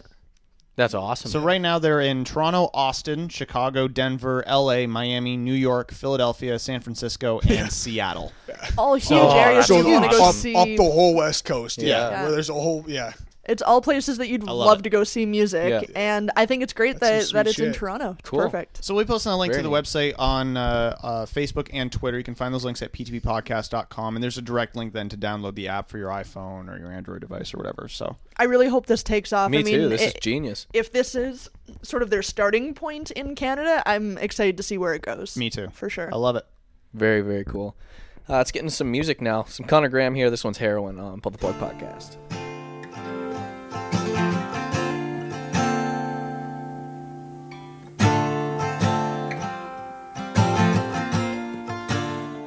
[SPEAKER 5] That's awesome.
[SPEAKER 4] So right now they're in Toronto, Austin, Chicago, Denver, L.A., Miami, New York, Philadelphia, San Francisco, and Seattle. uh,
[SPEAKER 3] All Oh, huge areas
[SPEAKER 6] So
[SPEAKER 3] you want to go
[SPEAKER 6] up,
[SPEAKER 3] see.
[SPEAKER 6] up the whole West Coast, yeah,
[SPEAKER 5] Yeah.
[SPEAKER 3] Yeah.
[SPEAKER 6] Where there's a whole, yeah.
[SPEAKER 3] It's all places that you'd love,
[SPEAKER 4] it.
[SPEAKER 3] to go see music,
[SPEAKER 5] Yeah.
[SPEAKER 3] and I think it's great
[SPEAKER 6] That's
[SPEAKER 3] that,
[SPEAKER 6] some
[SPEAKER 3] that
[SPEAKER 6] sweet
[SPEAKER 3] it's in
[SPEAKER 6] shit.
[SPEAKER 3] Toronto. It's
[SPEAKER 5] Cool.
[SPEAKER 3] Perfect.
[SPEAKER 4] So we posted a link
[SPEAKER 5] Very
[SPEAKER 4] to the
[SPEAKER 5] neat.
[SPEAKER 4] website on uh, uh, Facebook and Twitter. You can find those links at ptppodcast.com, and there's a direct link then to download the app for your iPhone or your Android device or whatever. So
[SPEAKER 3] I really hope this takes off.
[SPEAKER 5] me
[SPEAKER 3] I mean,
[SPEAKER 5] too. This
[SPEAKER 3] i-
[SPEAKER 5] is genius.
[SPEAKER 3] if this is sort of their starting point in Canada, I'm excited to see where it goes.
[SPEAKER 4] me too.
[SPEAKER 3] For sure.
[SPEAKER 4] I love it.
[SPEAKER 5] Very, very cool. Uh, let's get into some music now. Some Connor Graham here. This one's Heroin on Pull the Plug Podcast.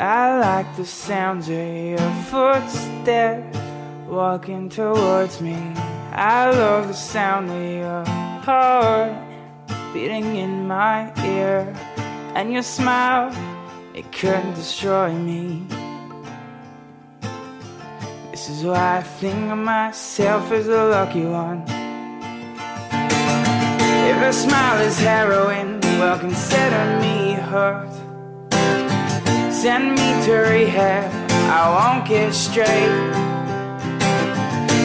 [SPEAKER 13] I like the sounds of your footsteps walking towards me. I love the sound of your heart beating in my ear. And your smile, it couldn't destroy me. This is why I think of myself as a lucky one. If a smile is heroin, well, consider me hurt. Send me to rehab, I won't get straight.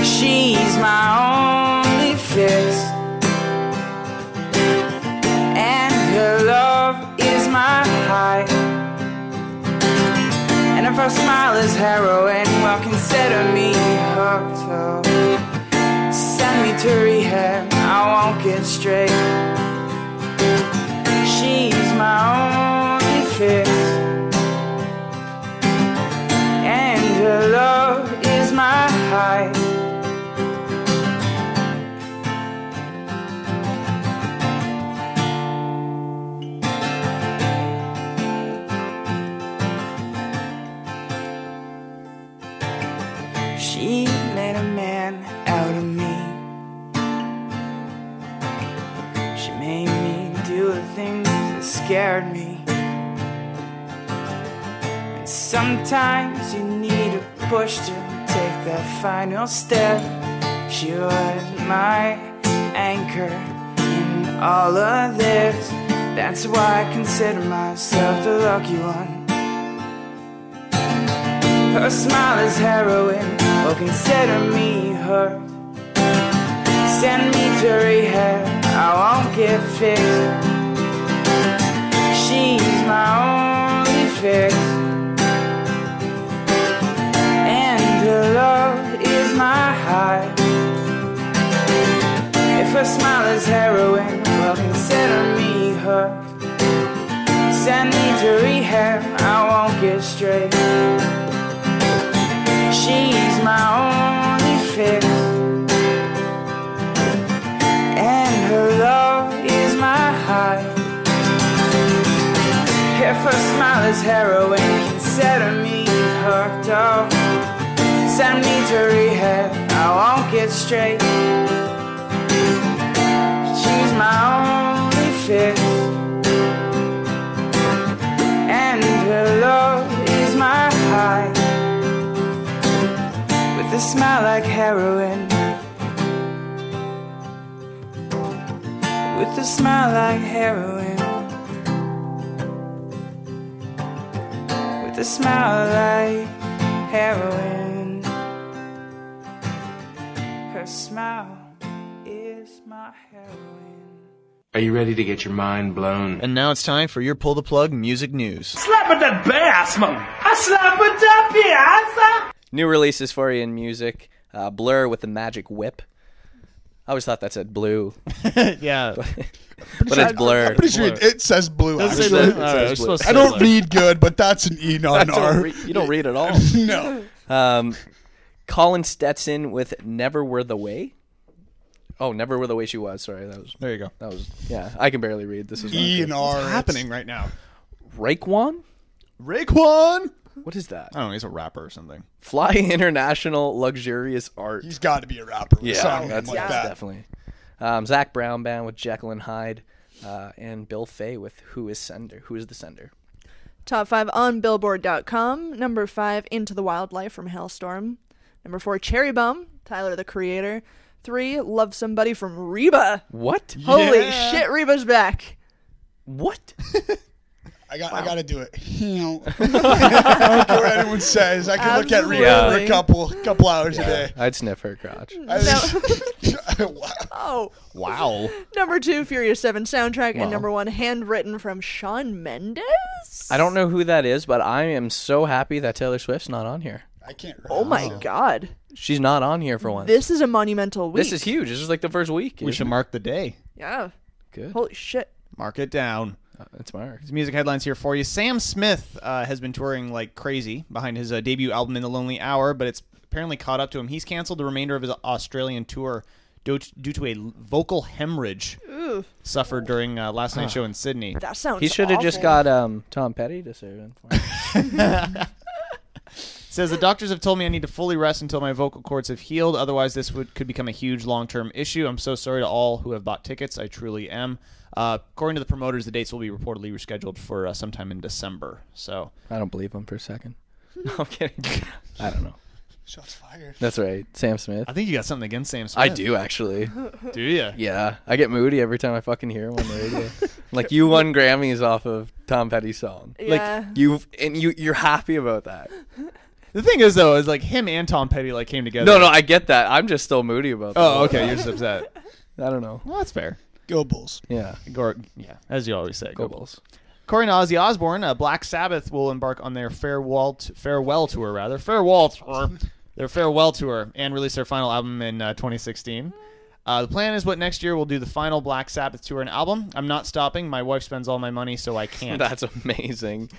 [SPEAKER 13] She's my only fix, and her love is my high. And if her smile is heroin, well, consider me hooked. Oh. Send me to rehab, I won't get straight. She's my only fix. And her love is my high. She made a man out of me. She made me do the things that scared me. And sometimes you need a push to take that final step. She was my anchor in all of this. That's why I consider myself the lucky one. Her smile is heroin, well, consider me hurt. Send me to rehab, I won't get fixed. She's my only fix. And her love is my high. If her smile is heroin, well, consider me her. Send me to rehab, I won't it straight. She's my only fix, and her love is my high. If her smile is heroin, consider me Oh, hooked up. Send me to rehab, I won't get straight. She's my only fix. And her love is my high. With a smile like heroin. With a smile like heroin. With a smile like heroin. Her smile is my heroin.
[SPEAKER 14] Are you ready to get your mind blown?
[SPEAKER 1] And now it's time for your pull the plug music news.
[SPEAKER 15] Slap at that bass, man. I slap at that piazza.
[SPEAKER 5] New releases for you in music. Uh, Blur with the Magic Whip. I always thought that said blue.
[SPEAKER 4] yeah.
[SPEAKER 5] But it's Blur.
[SPEAKER 6] I'm pretty sure it, it says blue.
[SPEAKER 5] Does it say
[SPEAKER 6] Actually.
[SPEAKER 5] blue? It All says right, it's blue. supposed to
[SPEAKER 6] I
[SPEAKER 5] say
[SPEAKER 6] don't
[SPEAKER 5] blue.
[SPEAKER 6] read good, but that's an E, not an
[SPEAKER 5] I don't
[SPEAKER 6] R.
[SPEAKER 5] re- you don't read at all.
[SPEAKER 6] no.
[SPEAKER 5] Um, Colin Stetson with "Never Were the Way." Oh, "Never Were the Way She Was." Sorry, that was.
[SPEAKER 4] There you go.
[SPEAKER 5] That was. Yeah, I can barely read. This is
[SPEAKER 6] E and R.
[SPEAKER 5] What's
[SPEAKER 4] happening right now?
[SPEAKER 5] Raekwon.
[SPEAKER 4] Raekwon.
[SPEAKER 5] What is that?
[SPEAKER 4] I don't know. He's a rapper or something.
[SPEAKER 5] Fly International Luxurious Art.
[SPEAKER 6] He's got to be a rapper.
[SPEAKER 5] Yeah,
[SPEAKER 6] Something
[SPEAKER 5] that's,
[SPEAKER 6] like
[SPEAKER 5] that's
[SPEAKER 6] that.
[SPEAKER 5] definitely. Um, Zach Brown band with Jekyll and Hyde, uh, and Bill Fay with "Who Is Sender?" Who is the sender?
[SPEAKER 3] Top five on Billboard.com. Number five, Into the Wildlife from Hailstorm. Number four, Cherry Bum, Tyler the Creator. Three, Love Somebody from Reba.
[SPEAKER 5] What?
[SPEAKER 3] Holy
[SPEAKER 6] Yeah.
[SPEAKER 3] shit, Reba's back.
[SPEAKER 5] What?
[SPEAKER 6] I got. I got to do it. I don't care what anyone says. I can look at Reba for
[SPEAKER 5] Absolutely.
[SPEAKER 6] a couple couple hours a day.
[SPEAKER 5] I'd sniff her crotch.
[SPEAKER 3] Oh.
[SPEAKER 5] Wow.
[SPEAKER 3] Number two, Furious 7 soundtrack.
[SPEAKER 5] Wow.
[SPEAKER 3] And number one, Handwritten from Sean Mendes?
[SPEAKER 5] I don't know who that is, but I am so happy that Taylor Swift's not on here.
[SPEAKER 6] I can't.
[SPEAKER 3] Oh my god.
[SPEAKER 5] She's not on here for once.
[SPEAKER 3] This is a monumental week.
[SPEAKER 5] This is huge. This is like the first week.
[SPEAKER 4] We should mark the day.
[SPEAKER 3] Yeah.
[SPEAKER 5] Good.
[SPEAKER 3] Holy shit.
[SPEAKER 4] Mark it down.
[SPEAKER 5] It's marked.
[SPEAKER 4] There's music headlines here for you. Sam Smith uh, has been touring like crazy behind his uh, debut album in the Lonely Hour, but it's apparently caught up to him. He's canceled the remainder of his Australian tour due to, due to a l- vocal hemorrhage
[SPEAKER 3] Ooh.
[SPEAKER 4] suffered during uh, last night's
[SPEAKER 5] Ah.
[SPEAKER 4] show in Sydney.
[SPEAKER 3] That sounds
[SPEAKER 5] He should have just
[SPEAKER 3] awful.
[SPEAKER 5] got um, Tom Petty to serve in for him.
[SPEAKER 4] Says the doctors have told me I need to fully rest until my vocal cords have healed. Otherwise, this would could become a huge long term issue. I'm so sorry to all who have bought tickets. I truly am. Uh, according to the promoters, the dates will be reportedly rescheduled for uh, sometime in December. So
[SPEAKER 5] I don't believe him for a second. No, I'm kidding. I don't know.
[SPEAKER 6] Shots fired.
[SPEAKER 5] That's right. Sam Smith.
[SPEAKER 4] I think you got something against Sam Smith.
[SPEAKER 5] I do actually.
[SPEAKER 4] Do you?
[SPEAKER 5] Yeah, I get moody every time I fucking hear him on the radio. like you won Grammys off of Tom Petty's song.
[SPEAKER 4] Yeah.
[SPEAKER 5] Like you and you you're happy about that.
[SPEAKER 4] The thing is, though, is like him and Tom Petty like came together.
[SPEAKER 5] No, no, I get that. I'm just still moody about that.
[SPEAKER 4] Oh, okay. You're just upset.
[SPEAKER 5] I don't know.
[SPEAKER 4] Well, that's fair.
[SPEAKER 6] Go Bulls.
[SPEAKER 5] Yeah.
[SPEAKER 4] Go, yeah. As you always say, go,
[SPEAKER 5] Bulls.
[SPEAKER 4] According to Ozzy Osbourne, uh, Black Sabbath will embark on their farewell t- farewell tour, rather farewell tour, their farewell tour, and release their final album in uh, 2016. Uh, the plan is what next year we'll do the final Black Sabbath tour and album. I'm not stopping. My wife spends all my money, so I can't.
[SPEAKER 5] That's amazing.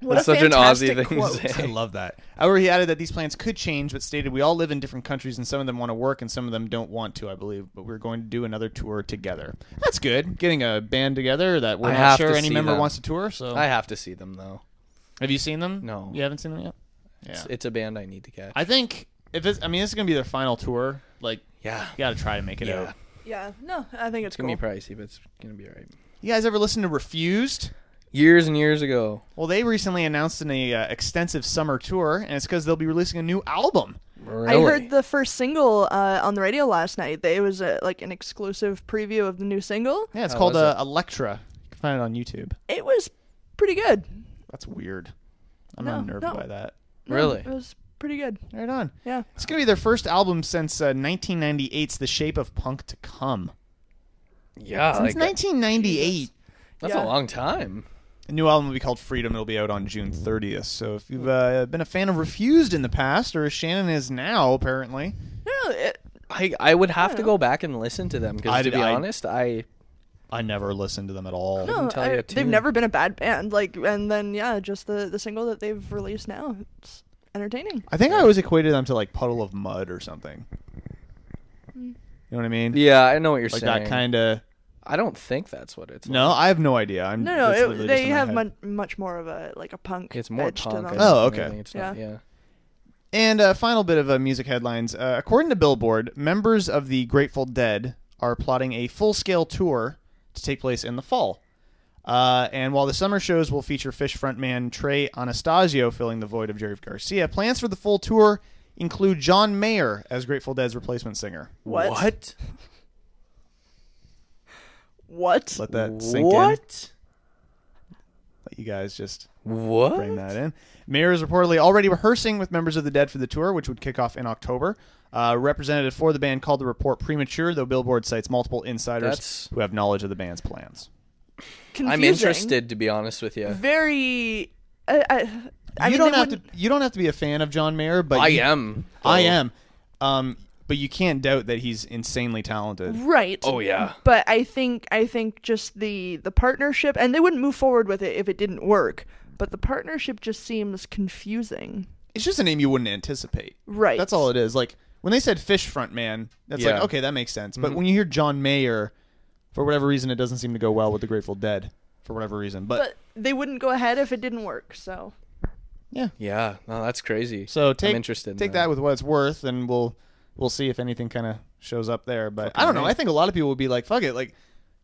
[SPEAKER 4] What
[SPEAKER 5] That's
[SPEAKER 4] a
[SPEAKER 5] such an Aussie
[SPEAKER 4] fantastic
[SPEAKER 5] thing
[SPEAKER 4] quote.
[SPEAKER 5] to say.
[SPEAKER 4] I love that. However, he added that these plans could change, but stated we all live in different countries and some of them want to work and some of them don't want to, I believe. But we're going to do another tour together. That's good. Getting a band together that we're
[SPEAKER 5] I
[SPEAKER 4] not
[SPEAKER 5] have
[SPEAKER 4] sure
[SPEAKER 5] to
[SPEAKER 4] any
[SPEAKER 5] see
[SPEAKER 4] member
[SPEAKER 5] them.
[SPEAKER 4] wants to tour. So
[SPEAKER 5] I have to see them though.
[SPEAKER 4] Have you seen them?
[SPEAKER 5] No.
[SPEAKER 4] You haven't seen them yet.
[SPEAKER 5] It's,
[SPEAKER 4] Yeah.
[SPEAKER 5] it's a band I need to catch.
[SPEAKER 4] I think if it's, I mean, this is gonna be their final tour. Like,
[SPEAKER 5] yeah,
[SPEAKER 4] you gotta try to make it
[SPEAKER 5] Yeah.
[SPEAKER 4] out.
[SPEAKER 3] Yeah, no, I think it's,
[SPEAKER 5] It's
[SPEAKER 3] cool.
[SPEAKER 5] gonna be pricey, but it's gonna be alright.
[SPEAKER 4] You guys ever listen to Refused?
[SPEAKER 5] Years and years ago.
[SPEAKER 4] Well, they recently announced an uh, extensive summer tour, and it's because they'll be releasing a new album.
[SPEAKER 3] I heard the first single uh, on the radio last night. It was uh, like an exclusive preview of the new single.
[SPEAKER 4] Yeah, it's called uh, Electra. You can find it on YouTube.
[SPEAKER 3] It was pretty good.
[SPEAKER 4] That's weird. I'm
[SPEAKER 3] No,
[SPEAKER 4] unnerved
[SPEAKER 3] no.
[SPEAKER 4] by that.
[SPEAKER 3] No, It was pretty good.
[SPEAKER 4] Right on.
[SPEAKER 3] Yeah.
[SPEAKER 4] It's gonna be their first album since uh, 1998's "The Shape of Punk to Come."
[SPEAKER 5] Yeah,
[SPEAKER 4] since
[SPEAKER 5] like- uh,
[SPEAKER 4] 1998.
[SPEAKER 5] That's
[SPEAKER 4] Yeah.
[SPEAKER 5] a long time.
[SPEAKER 4] The new album will be called Freedom. It'll be out on June 30th. So if you've uh, been a fan of Refused in the past, or as Shannon is now, apparently,
[SPEAKER 3] No, it,
[SPEAKER 5] I I would have to go back and listen to them because
[SPEAKER 4] I'd-
[SPEAKER 5] to be
[SPEAKER 4] I-
[SPEAKER 5] honest, I
[SPEAKER 4] I never listened to them at all.
[SPEAKER 3] No, I- they've never been a bad band. Like, and then yeah, just the the single that they've released now, it's entertaining.
[SPEAKER 4] I think I always equated them to like Puddle of Mud or something.
[SPEAKER 3] Mm.
[SPEAKER 4] You know what I mean?
[SPEAKER 5] Yeah, I know what you're
[SPEAKER 4] like
[SPEAKER 5] saying.
[SPEAKER 4] that kind of.
[SPEAKER 5] I don't think that's what it's.
[SPEAKER 4] No, I have no idea. I'm
[SPEAKER 3] No, no,
[SPEAKER 4] that's
[SPEAKER 3] it,
[SPEAKER 4] literally just
[SPEAKER 3] they
[SPEAKER 4] in my
[SPEAKER 3] have
[SPEAKER 4] head.
[SPEAKER 3] much, much more of a like a punk.
[SPEAKER 5] It's more
[SPEAKER 3] edge to
[SPEAKER 5] punk,
[SPEAKER 3] them.
[SPEAKER 5] I
[SPEAKER 4] Oh, think. okay.
[SPEAKER 5] It's not- yeah.
[SPEAKER 4] And a final bit of uh, music headlines. Uh, according to Billboard, members of the Grateful Dead are plotting a full scale tour to take place in the fall. Uh, and while the summer shows will feature Fish frontman Trey Anastasio filling the void of Jerry Garcia, plans for the full tour include John Mayer as Grateful Dead's replacement singer.
[SPEAKER 3] What? What? What?
[SPEAKER 4] Let that sink in.
[SPEAKER 3] What?
[SPEAKER 4] Let you guys just
[SPEAKER 5] what?
[SPEAKER 4] bring that in. Mayer is reportedly already rehearsing with members of the Dead for the tour, which would kick off in October. Uh, a representative for the band called the report premature, though Billboard cites multiple insiders
[SPEAKER 5] That's-
[SPEAKER 4] who have knowledge of the band's plans.
[SPEAKER 5] I'm
[SPEAKER 3] Confusing.
[SPEAKER 5] interested to be honest with you.
[SPEAKER 3] Very. I, I, I
[SPEAKER 4] you
[SPEAKER 3] mean,
[SPEAKER 4] don't
[SPEAKER 3] they
[SPEAKER 4] have
[SPEAKER 3] wouldn't-
[SPEAKER 4] to. You don't have to be a fan of John Mayer, but
[SPEAKER 5] I
[SPEAKER 4] you-
[SPEAKER 5] am,
[SPEAKER 4] I
[SPEAKER 5] though.
[SPEAKER 4] am. Um, but you can't doubt that he's insanely talented.
[SPEAKER 3] Right.
[SPEAKER 5] Oh,
[SPEAKER 4] Oh,
[SPEAKER 3] But I think I think just the the partnership, and they wouldn't move forward with it if it didn't work. But the partnership just seems confusing.
[SPEAKER 4] It's just a name you wouldn't anticipate.
[SPEAKER 3] Right.
[SPEAKER 4] That's all it is. Like when they said Fish Front Man, that's
[SPEAKER 5] Yeah.
[SPEAKER 4] like okay, that makes sense. But
[SPEAKER 3] Mm-hmm.
[SPEAKER 5] Mhm.
[SPEAKER 4] when you hear John Mayer, for whatever reason, it doesn't seem to go well with the Grateful Dead. For whatever reason, but,
[SPEAKER 3] But they wouldn't go ahead if it didn't work. So
[SPEAKER 5] Yeah, no, Oh, that's crazy.
[SPEAKER 4] So take
[SPEAKER 5] I'm interested. in
[SPEAKER 4] take that. with what it's worth, and we'll we'll see if anything kind of shows up there. But I
[SPEAKER 5] Fucking
[SPEAKER 4] don't know.
[SPEAKER 5] right.
[SPEAKER 4] I think a lot of people would be like, "Fuck it," like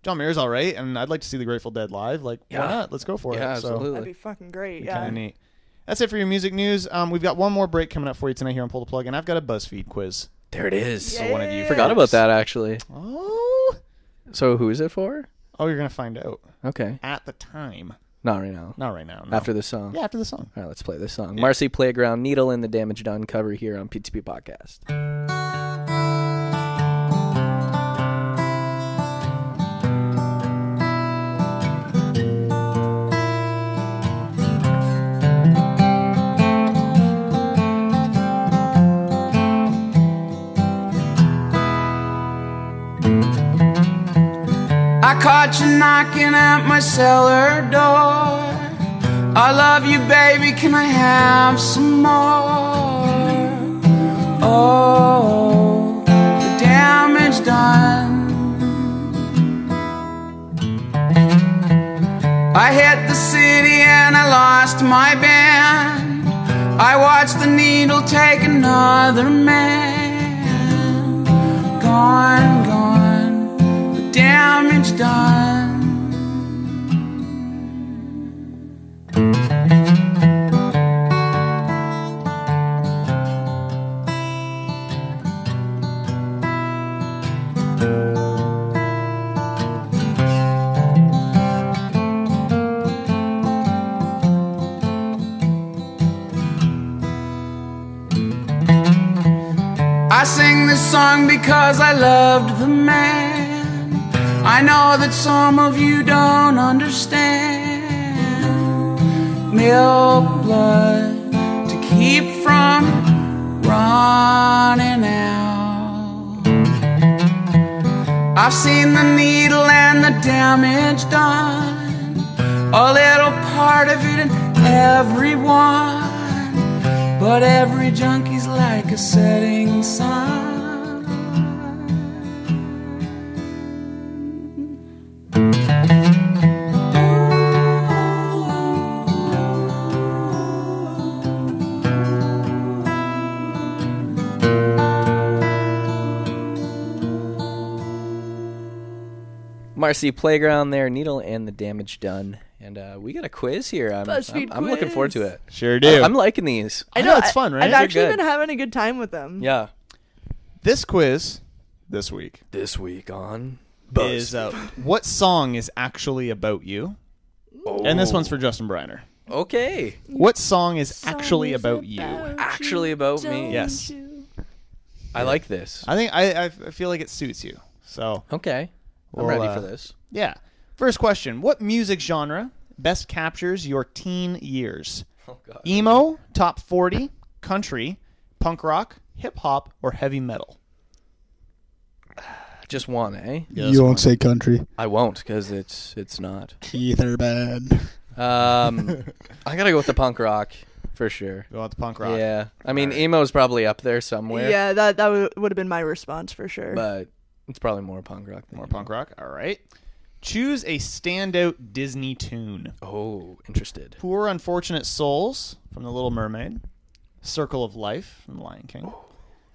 [SPEAKER 4] John Mayer's all right, and I'd like to see the Grateful Dead live. Like,
[SPEAKER 5] Yeah.
[SPEAKER 4] why not? Let's go for it.
[SPEAKER 5] Yeah, absolutely.
[SPEAKER 4] So,
[SPEAKER 3] that'd be fucking great.
[SPEAKER 4] Be
[SPEAKER 3] Yeah.
[SPEAKER 4] Kind of neat. That's it for your music news. Um, we've got one more break coming up for you tonight here on Pull the Plug, and I've got a BuzzFeed quiz.
[SPEAKER 5] There it is.
[SPEAKER 4] So one of you
[SPEAKER 5] Forgot about that actually.
[SPEAKER 4] Oh,
[SPEAKER 5] So who is it for?
[SPEAKER 4] oh, you're gonna find out
[SPEAKER 5] Okay.
[SPEAKER 4] at the time.
[SPEAKER 5] Not right now.
[SPEAKER 4] Not right now. no.
[SPEAKER 5] After this song.
[SPEAKER 4] Yeah, after the song.
[SPEAKER 5] All right, let's play this song. Marcy Playground, Needle and the Damage Done cover here on PTP Podcast.
[SPEAKER 15] I caught you knocking at my cellar door. I love you, baby. Can I have some more? Oh, the damage done. I hit the city and I lost my band. I watched the needle take another man. Gone, gone the damage done. I sing this song because I loved the man. I know that some of you don't understand. Milk blood to keep from running out. I've seen the needle and the damage done. A little part of it in everyone. But every junkie's like a setting sun.
[SPEAKER 5] Marcy Playground there, Needle and the Damage Done. And uh, we got a quiz here. I'm,
[SPEAKER 3] BuzzFeed
[SPEAKER 5] I'm, I'm looking forward to
[SPEAKER 3] quiz.
[SPEAKER 5] it.
[SPEAKER 4] Sure do.
[SPEAKER 5] I, am liking these.
[SPEAKER 3] I know, it's fun,
[SPEAKER 5] right?
[SPEAKER 3] I've
[SPEAKER 5] They're
[SPEAKER 3] actually
[SPEAKER 5] good.
[SPEAKER 3] been having a good time with them.
[SPEAKER 5] Yeah.
[SPEAKER 4] This quiz this week.
[SPEAKER 5] This week on
[SPEAKER 4] is uh, what song is actually about you? And this one's for Justin Briner.
[SPEAKER 5] Oh. Okay.
[SPEAKER 4] What song is actually about, you?
[SPEAKER 5] Actually about me.
[SPEAKER 4] Yes.
[SPEAKER 5] I like this.
[SPEAKER 4] I think I, I I feel like it suits you. So
[SPEAKER 5] Okay. I'm
[SPEAKER 4] Well,
[SPEAKER 5] ready
[SPEAKER 4] uh,
[SPEAKER 5] for this.
[SPEAKER 4] yeah. First question: What music genre best captures your teen years?
[SPEAKER 5] Oh, God.
[SPEAKER 4] Emo, top forty, country, punk rock, hip hop, or heavy metal?
[SPEAKER 5] Just one, eh?
[SPEAKER 16] you won't say country.
[SPEAKER 5] I won't because it's it's not.
[SPEAKER 16] Teeth are bad.
[SPEAKER 5] Um, I gotta go with the punk rock for sure.
[SPEAKER 4] Go with the punk rock.
[SPEAKER 5] Yeah, I mean emo's probably up there somewhere.
[SPEAKER 3] Yeah, that that w- would have been my response for sure.
[SPEAKER 5] but it's probably more punk rock. Than more
[SPEAKER 4] punk rock. All right. Choose a standout Disney tune.
[SPEAKER 5] Oh, interested.
[SPEAKER 4] Poor Unfortunate Souls from The Little Mermaid. Circle of Life from The Lion King.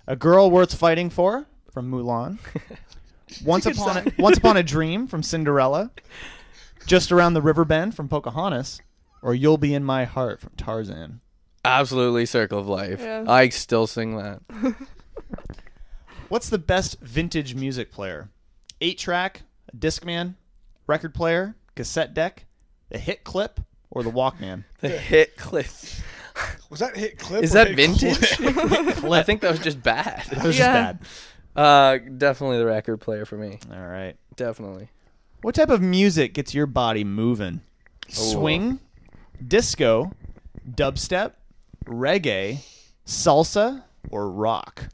[SPEAKER 4] A Girl Worth Fighting For from Mulan. Once
[SPEAKER 6] It's a good
[SPEAKER 4] upon a,
[SPEAKER 6] song.
[SPEAKER 4] Once Upon a Dream from Cinderella. Just Around the River Bend from Pocahontas. Or You'll Be in My Heart from Tarzan.
[SPEAKER 5] Absolutely, Circle of Life.
[SPEAKER 4] Yeah.
[SPEAKER 5] I still sing that.
[SPEAKER 4] What's the best vintage music player? 8 track, Discman, record player, cassette deck, the hit clip, or the Walkman?
[SPEAKER 5] The hit clip.
[SPEAKER 6] Was that hit clip?
[SPEAKER 5] Is
[SPEAKER 6] or
[SPEAKER 5] that
[SPEAKER 6] hit
[SPEAKER 5] vintage?
[SPEAKER 6] clip?
[SPEAKER 5] I think that was just bad.
[SPEAKER 4] That was just Yeah.
[SPEAKER 5] bad. Uh, definitely the record player for me.
[SPEAKER 4] All right.
[SPEAKER 5] Definitely.
[SPEAKER 4] What type of music gets your body moving?
[SPEAKER 5] Oh.
[SPEAKER 4] Swing, disco, dubstep, reggae, salsa, or rock?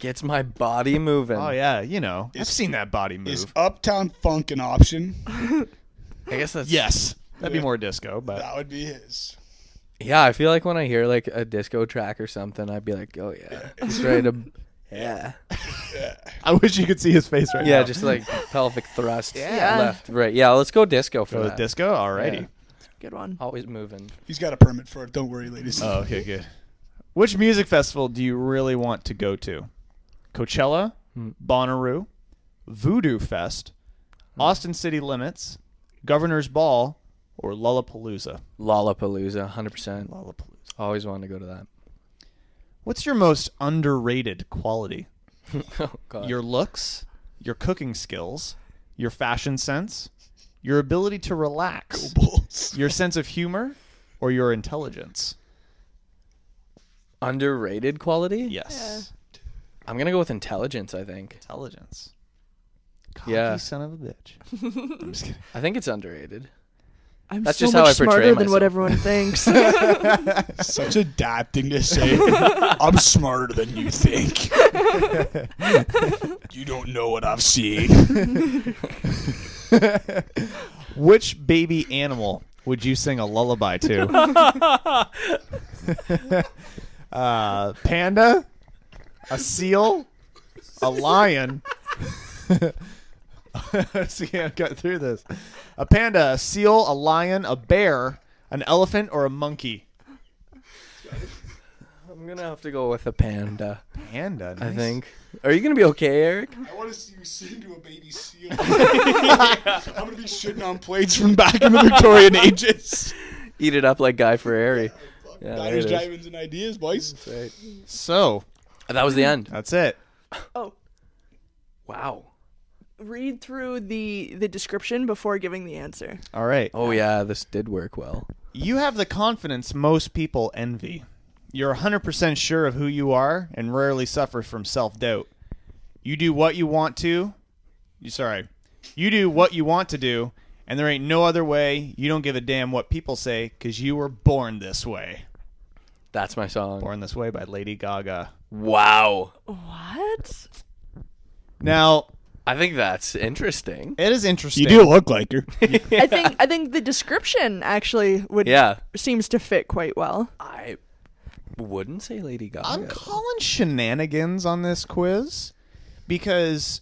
[SPEAKER 5] Gets my body moving.
[SPEAKER 4] Oh yeah, you know. I've seen that body move.
[SPEAKER 6] Is Uptown Funk an option?
[SPEAKER 5] I guess that's
[SPEAKER 4] yes. That'd be
[SPEAKER 6] Yeah.
[SPEAKER 4] more disco, but
[SPEAKER 6] That would be his.
[SPEAKER 5] Yeah, I feel like when I hear like a disco track or something, I'd be like, oh yeah, it's ready to, yeah,
[SPEAKER 4] I wish you could see his face right now.
[SPEAKER 5] yeah, just like pelvic thrust,
[SPEAKER 6] Yeah.
[SPEAKER 5] left, right. Yeah, let's go disco for
[SPEAKER 4] Go with
[SPEAKER 5] that.
[SPEAKER 4] disco? Alrighty.
[SPEAKER 5] Yeah.
[SPEAKER 3] Good one.
[SPEAKER 5] Always moving.
[SPEAKER 6] He's got a permit for it. Don't worry, ladies.
[SPEAKER 4] Oh, okay, good. Which music festival do you really want to go to? Coachella, Bonnaroo, Voodoo Fest, Austin City Limits, Governor's Ball, or Lollapalooza?
[SPEAKER 5] Lollapalooza, hundred percent.
[SPEAKER 4] Lollapalooza.
[SPEAKER 5] Always wanted to go to that.
[SPEAKER 4] What's your most underrated quality?
[SPEAKER 5] oh, God.
[SPEAKER 4] Your looks, your cooking skills, your fashion sense, your ability to relax, your sense of humor, or your intelligence?
[SPEAKER 5] Underrated quality?
[SPEAKER 4] Yes.
[SPEAKER 5] I'm gonna go with intelligence. I think
[SPEAKER 4] intelligence.
[SPEAKER 5] yeah,
[SPEAKER 4] You son of a bitch. I'm just kidding.
[SPEAKER 5] I think it's underrated.
[SPEAKER 3] I'm
[SPEAKER 5] That's
[SPEAKER 3] so
[SPEAKER 5] just
[SPEAKER 3] much
[SPEAKER 5] how I portray
[SPEAKER 3] smarter than
[SPEAKER 5] myself.
[SPEAKER 3] what everyone thinks.
[SPEAKER 6] Such a dad thing to say. I'm smarter than you think. you don't know what I've seen.
[SPEAKER 4] Which baby animal would you sing a lullaby to? uh, panda, a seal, a lion. Let's see, I've got through this. A panda, a seal, a lion, a bear, an elephant, or a monkey.
[SPEAKER 5] I'm gonna have to go with a panda.
[SPEAKER 4] Panda,
[SPEAKER 5] I
[SPEAKER 4] nice.
[SPEAKER 5] think. Are you gonna be okay, Eric?
[SPEAKER 6] I want to see you sing to a baby seal. I'm going to be shitting on plates from back in the Victorian ages.
[SPEAKER 5] Eat it up like Guy Ferrari. Yeah, there
[SPEAKER 6] Diners,
[SPEAKER 5] it is.
[SPEAKER 6] divings, and ideas, boys.
[SPEAKER 4] So
[SPEAKER 5] that was the end.
[SPEAKER 4] That's it.
[SPEAKER 3] oh,
[SPEAKER 5] Wow.
[SPEAKER 3] read through the the description before giving the answer.
[SPEAKER 4] All right.
[SPEAKER 5] Oh yeah, this did work well.
[SPEAKER 4] You have the confidence most people envy. You're 100% sure of who you are and rarely suffer from self doubt. You do what you want to. You sorry. You do what you want to do, and there ain't no other way. You don't give a damn what people say because you were born this way.
[SPEAKER 5] That's my song.
[SPEAKER 4] Born This Way by Lady Gaga.
[SPEAKER 5] Wow.
[SPEAKER 3] What?
[SPEAKER 4] Now,
[SPEAKER 5] I think that's interesting.
[SPEAKER 4] It is interesting.
[SPEAKER 6] You do look like her.
[SPEAKER 3] I think I think the description actually would
[SPEAKER 5] Yeah.
[SPEAKER 3] seems to fit quite well.
[SPEAKER 5] I wouldn't say Lady Gaga.
[SPEAKER 4] I'm calling shenanigans on this quiz because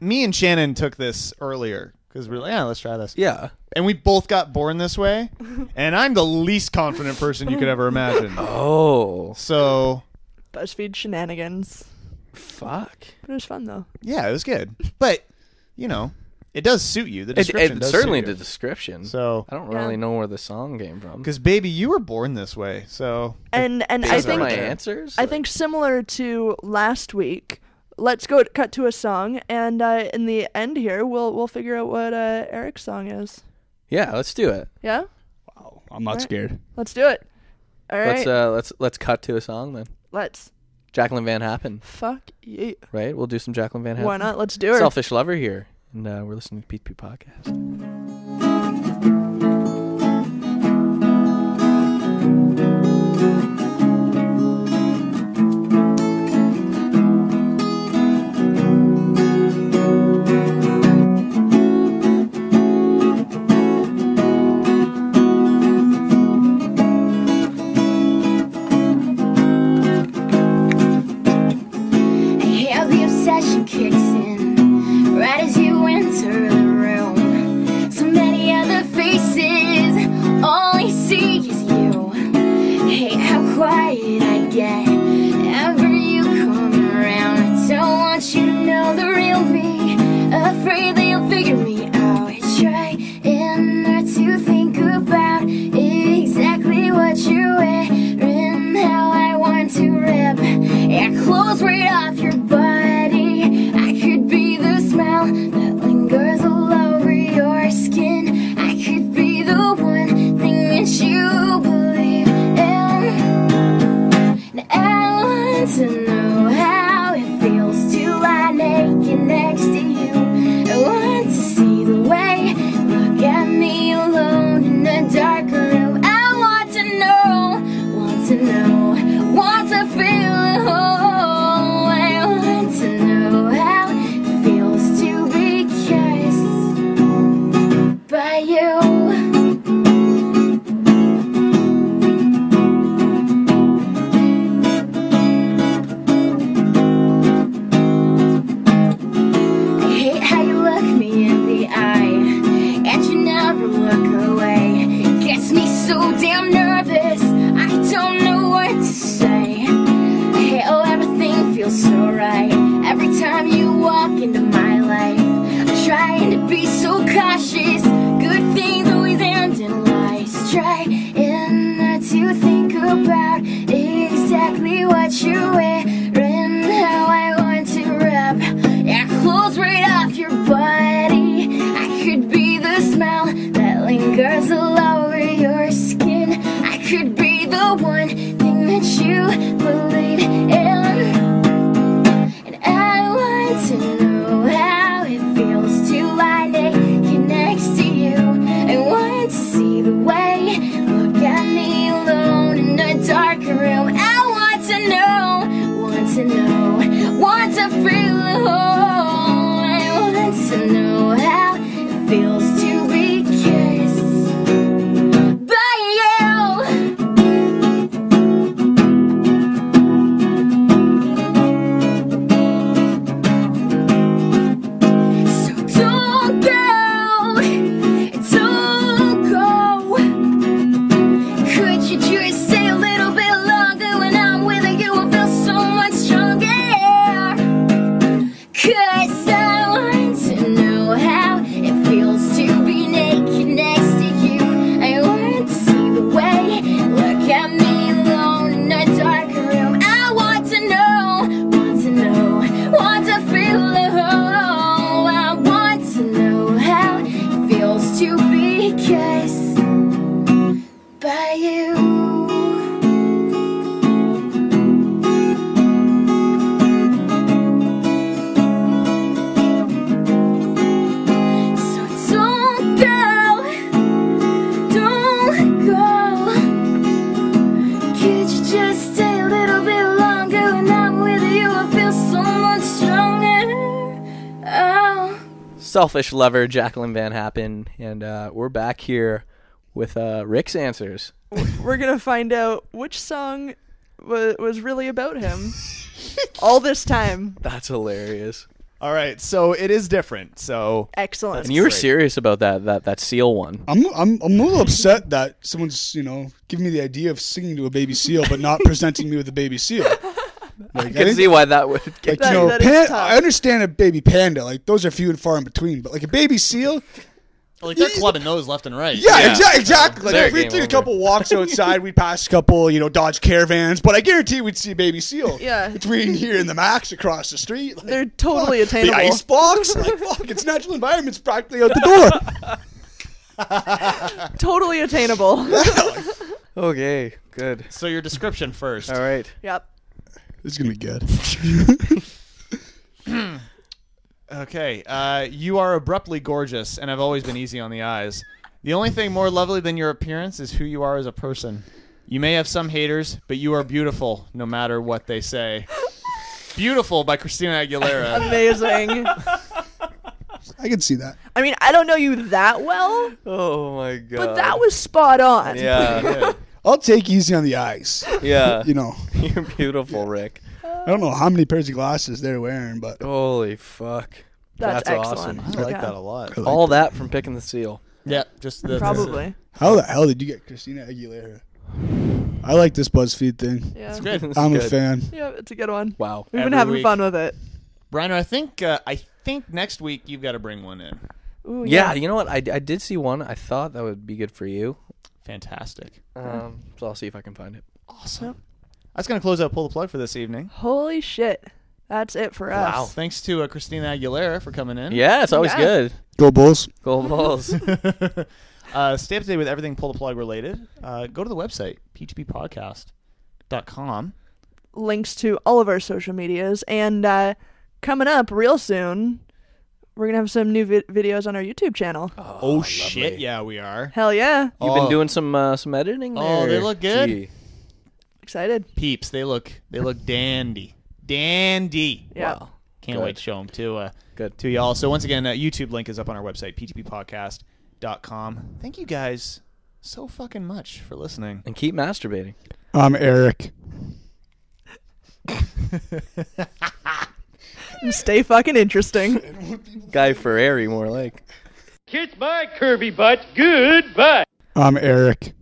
[SPEAKER 4] me and Shannon took this earlier because we are like, yeah, let's try this.
[SPEAKER 5] Yeah.
[SPEAKER 4] And we both got born this way. and I'm the least confident person you could ever imagine.
[SPEAKER 5] Oh.
[SPEAKER 4] So,
[SPEAKER 3] BuzzFeed shenanigans.
[SPEAKER 5] Fuck.
[SPEAKER 3] But it was fun though.
[SPEAKER 4] yeah, it was good. But, you know, it does suit you. The
[SPEAKER 5] It,
[SPEAKER 4] description
[SPEAKER 5] it
[SPEAKER 4] does
[SPEAKER 5] certainly
[SPEAKER 4] suit
[SPEAKER 5] the
[SPEAKER 4] you.
[SPEAKER 5] description.
[SPEAKER 4] So
[SPEAKER 5] I don't
[SPEAKER 4] Yeah.
[SPEAKER 5] really know where the song came from.
[SPEAKER 4] Because, baby, you were born this way. So,
[SPEAKER 3] And and I
[SPEAKER 5] Those are
[SPEAKER 3] think
[SPEAKER 5] my answers?
[SPEAKER 3] I think similar to last week. Let's go cut to a song, and uh, in the end here, we'll we'll figure out what uh, Eric's song is.
[SPEAKER 5] Yeah, let's do it.
[SPEAKER 3] Yeah,
[SPEAKER 6] I'm not
[SPEAKER 3] Right.
[SPEAKER 6] scared.
[SPEAKER 3] let's do it. All right,
[SPEAKER 5] Let's uh let's let's cut to a song then.
[SPEAKER 3] let's
[SPEAKER 5] Jacqueline Van Happen,
[SPEAKER 3] fuck you.
[SPEAKER 5] right? We'll do some Jacqueline Van Happen.
[SPEAKER 3] Why not? Let's do her.
[SPEAKER 5] Selfish Lover here. And uh, we're listening to Pete Pete Podcast.
[SPEAKER 8] Thank
[SPEAKER 17] of your body. I could be the smell that lingers all over your skin. I could be the one thing that you believe in. And I want to know how it feels to lie naked next to you. I want to see the way you look at me alone in a dark room. I want to know, want to know, want to feel the whole. I want to know how it feels to be kissed by you. Don't go, don't go. Could you just stay a little bit longer? When I'm with you, I feel so much stronger. Cause I want to know how it feels to be naked next to you. I want to see the way you look at me alone in a dark room. I want to know, want to know, want to feel the whole. I want to know how it feels to be kissed by you. So don't go, don't go. Could you just stay a little bit longer? When I'm with you, I feel so much stronger. Oh,
[SPEAKER 5] Selfish lover, Jacqueline Van Happen, and uh, we're back here with uh, Rick's answers.
[SPEAKER 3] We're gonna find out which song wa was really about him all this time.
[SPEAKER 5] That's hilarious.
[SPEAKER 4] All right, so it is different. So
[SPEAKER 3] Excellent.
[SPEAKER 5] and you were serious about that that that seal one.
[SPEAKER 6] I'm, I'm, I'm a little upset that someone's, you know, giving me the idea of singing to a baby seal, but not presenting me with a baby seal.
[SPEAKER 5] I can see why that would
[SPEAKER 6] Like
[SPEAKER 5] get
[SPEAKER 6] you know,
[SPEAKER 5] you.
[SPEAKER 6] pan- I understand a baby panda. Like those are few and far in between. But like a baby seal,
[SPEAKER 18] Like they're clubbing those left and right.
[SPEAKER 6] yeah, exa- exactly. Like
[SPEAKER 18] They're
[SPEAKER 6] if we
[SPEAKER 18] game
[SPEAKER 6] did a
[SPEAKER 18] over.
[SPEAKER 6] couple walks outside, we passed a couple, you know, Dodge Caravans. But I guarantee we'd see a baby seal.
[SPEAKER 3] Yeah.
[SPEAKER 6] between here and the Max across the street, like,
[SPEAKER 3] They're totally
[SPEAKER 6] fuck,
[SPEAKER 3] attainable.
[SPEAKER 6] The icebox, like fuck, its natural environment's practically out the door.
[SPEAKER 3] totally attainable.
[SPEAKER 5] Okay, good.
[SPEAKER 18] So your description first.
[SPEAKER 5] All right.
[SPEAKER 3] yep.
[SPEAKER 6] This is gonna be good.
[SPEAKER 4] Okay, uh, you are abruptly gorgeous, and I've always been easy on the eyes. The only thing more lovely than your appearance is who you are as a person. You may have some haters, but you are beautiful, no matter what they say. Beautiful by Christina Aguilera.
[SPEAKER 3] Amazing.
[SPEAKER 6] I can see that.
[SPEAKER 3] I mean, I don't know you that well,
[SPEAKER 5] Oh my god.
[SPEAKER 3] but that was spot on.
[SPEAKER 5] Yeah.
[SPEAKER 6] I'll take easy on the eyes.
[SPEAKER 5] Yeah.
[SPEAKER 6] you know,
[SPEAKER 5] You're beautiful, Rick.
[SPEAKER 6] I don't know how many pairs of glasses they're wearing, but
[SPEAKER 5] Holy fuck.
[SPEAKER 3] That's
[SPEAKER 5] awesome.
[SPEAKER 3] excellent. I like Yeah. that a
[SPEAKER 6] lot.
[SPEAKER 5] All that from picking the seal.
[SPEAKER 4] Yeah, just the
[SPEAKER 3] Probably.
[SPEAKER 6] How the hell did you get Christina Aguilera? I like this BuzzFeed thing.
[SPEAKER 3] Yeah. It's good.
[SPEAKER 6] I'm
[SPEAKER 4] It's
[SPEAKER 6] a
[SPEAKER 4] good.
[SPEAKER 6] fan.
[SPEAKER 3] Yeah, it's a good one.
[SPEAKER 5] Wow.
[SPEAKER 3] We've been
[SPEAKER 4] Every
[SPEAKER 3] having
[SPEAKER 4] week.
[SPEAKER 3] fun with it.
[SPEAKER 4] Brian, I think uh, I think next week you've got to bring one in.
[SPEAKER 3] Ooh,
[SPEAKER 5] yeah, you know what? I, I did see one. I thought that would be good for you.
[SPEAKER 4] Fantastic.
[SPEAKER 5] Um, so I'll see if I can find it.
[SPEAKER 4] Awesome. That's going to close out pull the plug for this evening.
[SPEAKER 3] Holy shit. That's it for us.
[SPEAKER 4] Wow. Thanks to uh, Christina Aguilera for coming in.
[SPEAKER 5] Yeah, it's always
[SPEAKER 3] Yeah.
[SPEAKER 5] good.
[SPEAKER 6] Go Bulls.
[SPEAKER 5] Go balls.
[SPEAKER 4] uh, stay up to date with everything pull the plug related. Uh, go to the website, p2ppodcast.com.
[SPEAKER 3] links to all of our social medias. And uh, coming up real soon, we're going to have some new vi- videos on our YouTube channel.
[SPEAKER 4] Oh, shit. Yeah, we are.
[SPEAKER 3] Hell yeah.
[SPEAKER 5] You've
[SPEAKER 4] Oh.
[SPEAKER 5] been doing some uh, some editing there.
[SPEAKER 4] Oh, they look good.
[SPEAKER 5] Gee.
[SPEAKER 3] Excited.
[SPEAKER 4] Peeps, they look they look dandy. Dandy.
[SPEAKER 3] Yeah.
[SPEAKER 5] Wow.
[SPEAKER 4] Can't
[SPEAKER 5] Good.
[SPEAKER 4] wait to show them to, uh,
[SPEAKER 5] Good.
[SPEAKER 4] to y'all. So, once again, uh, YouTube link is up on our website, p2ppodcast.com. Thank you guys so fucking much for listening.
[SPEAKER 5] And keep masturbating.
[SPEAKER 6] I'm Eric.
[SPEAKER 3] And Stay fucking interesting.
[SPEAKER 5] Guy Ferrari, more like.
[SPEAKER 19] Kiss my Kirby butt. Goodbye.
[SPEAKER 6] I'm Eric.